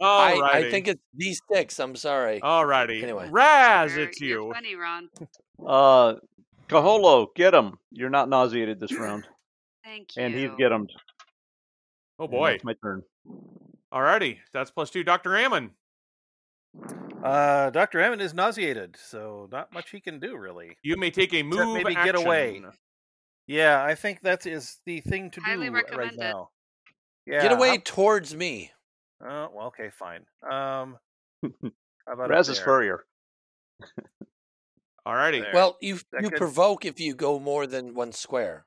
[SPEAKER 8] All right.
[SPEAKER 9] I think it's these six. I'm sorry.
[SPEAKER 6] Oh,
[SPEAKER 8] Alrighty.
[SPEAKER 9] Anyway.
[SPEAKER 8] Raz,
[SPEAKER 3] You're-
[SPEAKER 8] it's
[SPEAKER 3] you're
[SPEAKER 8] you.
[SPEAKER 3] 20, Ron.
[SPEAKER 10] Uh, Kaholo, get him. You're not nauseated this round,
[SPEAKER 3] Thank you.
[SPEAKER 10] and he's get him.
[SPEAKER 8] Oh boy.
[SPEAKER 10] it's my turn.
[SPEAKER 8] Alrighty. That's plus two. Dr. Ammon.
[SPEAKER 6] Uh, Dr. Hammond is nauseated, so not much he can do, really.
[SPEAKER 8] You may take a move.
[SPEAKER 6] maybe
[SPEAKER 8] action.
[SPEAKER 6] get away. Yeah, I think that is the thing to
[SPEAKER 3] Highly
[SPEAKER 6] do right
[SPEAKER 3] recommended.
[SPEAKER 6] now. Yeah.
[SPEAKER 9] Get away
[SPEAKER 6] I'm-
[SPEAKER 9] towards me.
[SPEAKER 6] Oh, well, okay, fine.
[SPEAKER 9] [laughs]
[SPEAKER 6] Um, how about up
[SPEAKER 10] Raz is
[SPEAKER 6] there?
[SPEAKER 10] furrier.
[SPEAKER 8] Alrighty.
[SPEAKER 6] There.
[SPEAKER 9] Well, you
[SPEAKER 6] That
[SPEAKER 9] you
[SPEAKER 6] could-
[SPEAKER 9] provoke if you go more than one square.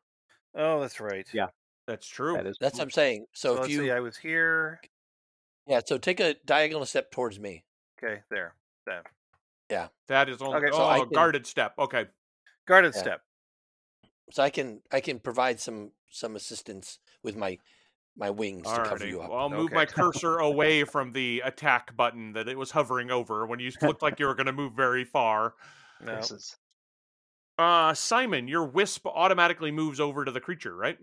[SPEAKER 6] Oh, that's right.
[SPEAKER 10] Yeah.
[SPEAKER 8] That's true.
[SPEAKER 10] That is.
[SPEAKER 9] That's what I'm saying.
[SPEAKER 6] Mm, So,
[SPEAKER 9] So, if
[SPEAKER 6] let's
[SPEAKER 9] you
[SPEAKER 6] see. I was here.
[SPEAKER 9] yeah, so take a diagonal step towards me.
[SPEAKER 6] Okay, there. That
[SPEAKER 8] That is only
[SPEAKER 6] Okay,
[SPEAKER 8] oh,
[SPEAKER 9] so I can-
[SPEAKER 8] guarded step. Okay.
[SPEAKER 6] guarded
[SPEAKER 9] Yeah.
[SPEAKER 6] step.
[SPEAKER 9] So I can I can provide some some assistance with my my wings to cover
[SPEAKER 8] Alrighty.
[SPEAKER 9] you up.
[SPEAKER 8] Well, I'll move
[SPEAKER 6] Okay.
[SPEAKER 8] my cursor away from the attack button that it was hovering over when you looked like you were gonna move very far.
[SPEAKER 6] No.
[SPEAKER 10] This is-
[SPEAKER 8] Uh Simon, your wisp automatically moves over to the creature, right?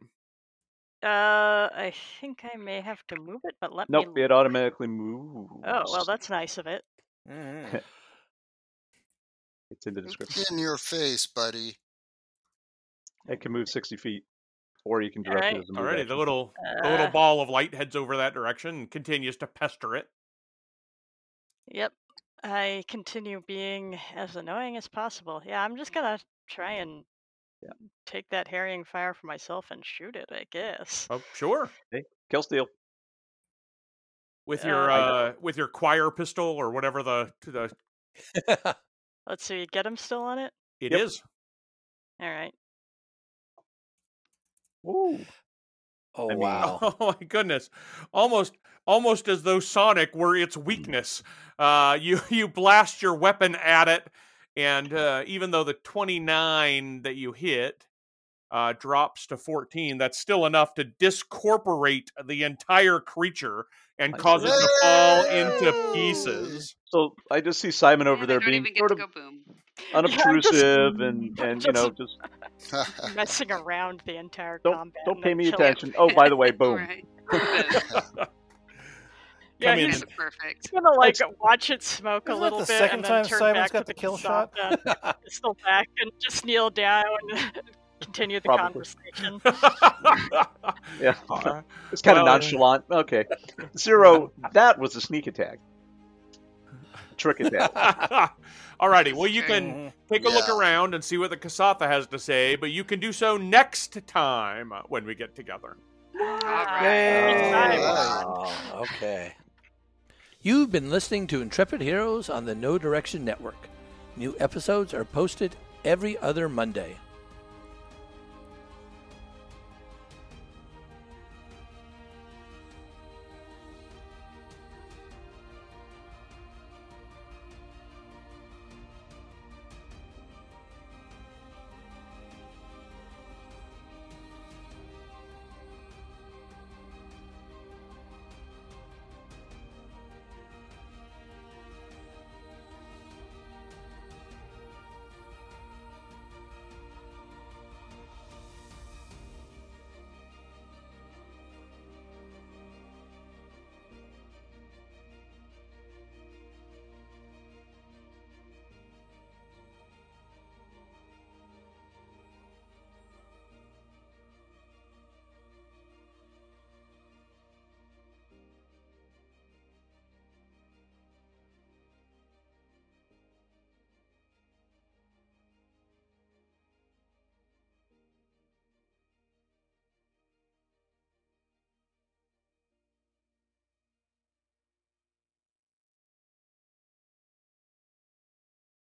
[SPEAKER 7] Uh, I think I may have to move it, but let
[SPEAKER 10] Nope,
[SPEAKER 7] me.
[SPEAKER 10] it automatically moves.
[SPEAKER 7] Oh well, that's nice of it.
[SPEAKER 9] [laughs]
[SPEAKER 6] Mhm.
[SPEAKER 10] It's in the description.
[SPEAKER 5] [laughs] Get in your
[SPEAKER 3] [laughs]
[SPEAKER 5] face, buddy. [laughs]
[SPEAKER 10] It can move 60 feet, or you can direct it
[SPEAKER 7] Alright.
[SPEAKER 10] as a move.
[SPEAKER 8] Alrighty, the
[SPEAKER 10] action.
[SPEAKER 8] little the little
[SPEAKER 7] Uh.
[SPEAKER 8] ball of light heads over that direction and continues to pester it.
[SPEAKER 7] Yep. I continue being as annoying as possible. Yeah, I'm just gonna try and
[SPEAKER 10] Yeah.
[SPEAKER 7] take that harrying fire for myself and shoot it. I guess.
[SPEAKER 8] Oh, sure.
[SPEAKER 10] Kill steal.
[SPEAKER 8] with your
[SPEAKER 7] Uh, I-
[SPEAKER 8] uh with your choir pistol or whatever the to the
[SPEAKER 7] Let's see. Get him still on it.
[SPEAKER 8] it is.
[SPEAKER 10] Yep.
[SPEAKER 7] All right. [laughs]
[SPEAKER 10] Ooh.
[SPEAKER 9] [laughs] oh
[SPEAKER 6] [laughs]
[SPEAKER 10] I mean-
[SPEAKER 9] wow.
[SPEAKER 8] [laughs] Oh my goodness. Almost almost as though Sonic were its weakness. Uh you [laughs] you blast your weapon at it and uh even though the 29 that you hit uh, drops to 14. That's still enough to discorporate the entire creature and
[SPEAKER 10] Nice.
[SPEAKER 8] cause it to fall into
[SPEAKER 5] Yay!
[SPEAKER 8] pieces.
[SPEAKER 10] So I just see Simon over
[SPEAKER 3] And I
[SPEAKER 10] there
[SPEAKER 3] don't
[SPEAKER 10] being
[SPEAKER 3] even get
[SPEAKER 10] sort
[SPEAKER 3] to
[SPEAKER 10] of
[SPEAKER 3] go boom.
[SPEAKER 10] unobtrusive and,
[SPEAKER 7] [laughs] I'm
[SPEAKER 10] and you know
[SPEAKER 7] just
[SPEAKER 10] just
[SPEAKER 7] messing around the entire
[SPEAKER 10] don't
[SPEAKER 7] combat.
[SPEAKER 10] don't
[SPEAKER 7] and
[SPEAKER 10] pay
[SPEAKER 7] then
[SPEAKER 10] me
[SPEAKER 7] killing-
[SPEAKER 10] attention. Oh, by the
[SPEAKER 3] [laughs]
[SPEAKER 10] way,
[SPEAKER 3] All
[SPEAKER 10] boom. [laughs]
[SPEAKER 3] right. Boom.
[SPEAKER 7] Yeah,
[SPEAKER 8] Come in.
[SPEAKER 7] he's
[SPEAKER 3] That's perfect.
[SPEAKER 7] [laughs] just gonna like
[SPEAKER 10] It's-
[SPEAKER 7] watch it smoke a
[SPEAKER 6] Isn't that
[SPEAKER 7] little
[SPEAKER 6] the
[SPEAKER 7] bit
[SPEAKER 6] second
[SPEAKER 7] and then
[SPEAKER 6] time
[SPEAKER 7] turn
[SPEAKER 6] Simon's
[SPEAKER 7] back
[SPEAKER 6] got
[SPEAKER 7] to
[SPEAKER 6] the
[SPEAKER 7] the
[SPEAKER 6] kill shot?
[SPEAKER 10] [laughs]
[SPEAKER 7] Kasabka, pistol back and just kneel down and [laughs] continue the
[SPEAKER 10] Probably.
[SPEAKER 7] conversation.
[SPEAKER 10] [laughs] Yeah.
[SPEAKER 8] [laughs] Uh,
[SPEAKER 10] It's kind of
[SPEAKER 8] Well, uh,
[SPEAKER 10] nonchalant.
[SPEAKER 6] [laughs]
[SPEAKER 10] Okay. Zero, that was a sneak attack. Trick attack.
[SPEAKER 8] [laughs] Alrighty, well, you
[SPEAKER 6] [laughs]
[SPEAKER 8] can
[SPEAKER 6] Mhm.
[SPEAKER 8] take a look
[SPEAKER 5] Yeah.
[SPEAKER 8] around and see what the Kasatha has to say, but you can do so next time uh, when we get together.
[SPEAKER 3] right.
[SPEAKER 9] eh, Oh, okay. You've been listening to Intrepid Heroes on the No Direction Network. New episodes are posted every other Monday.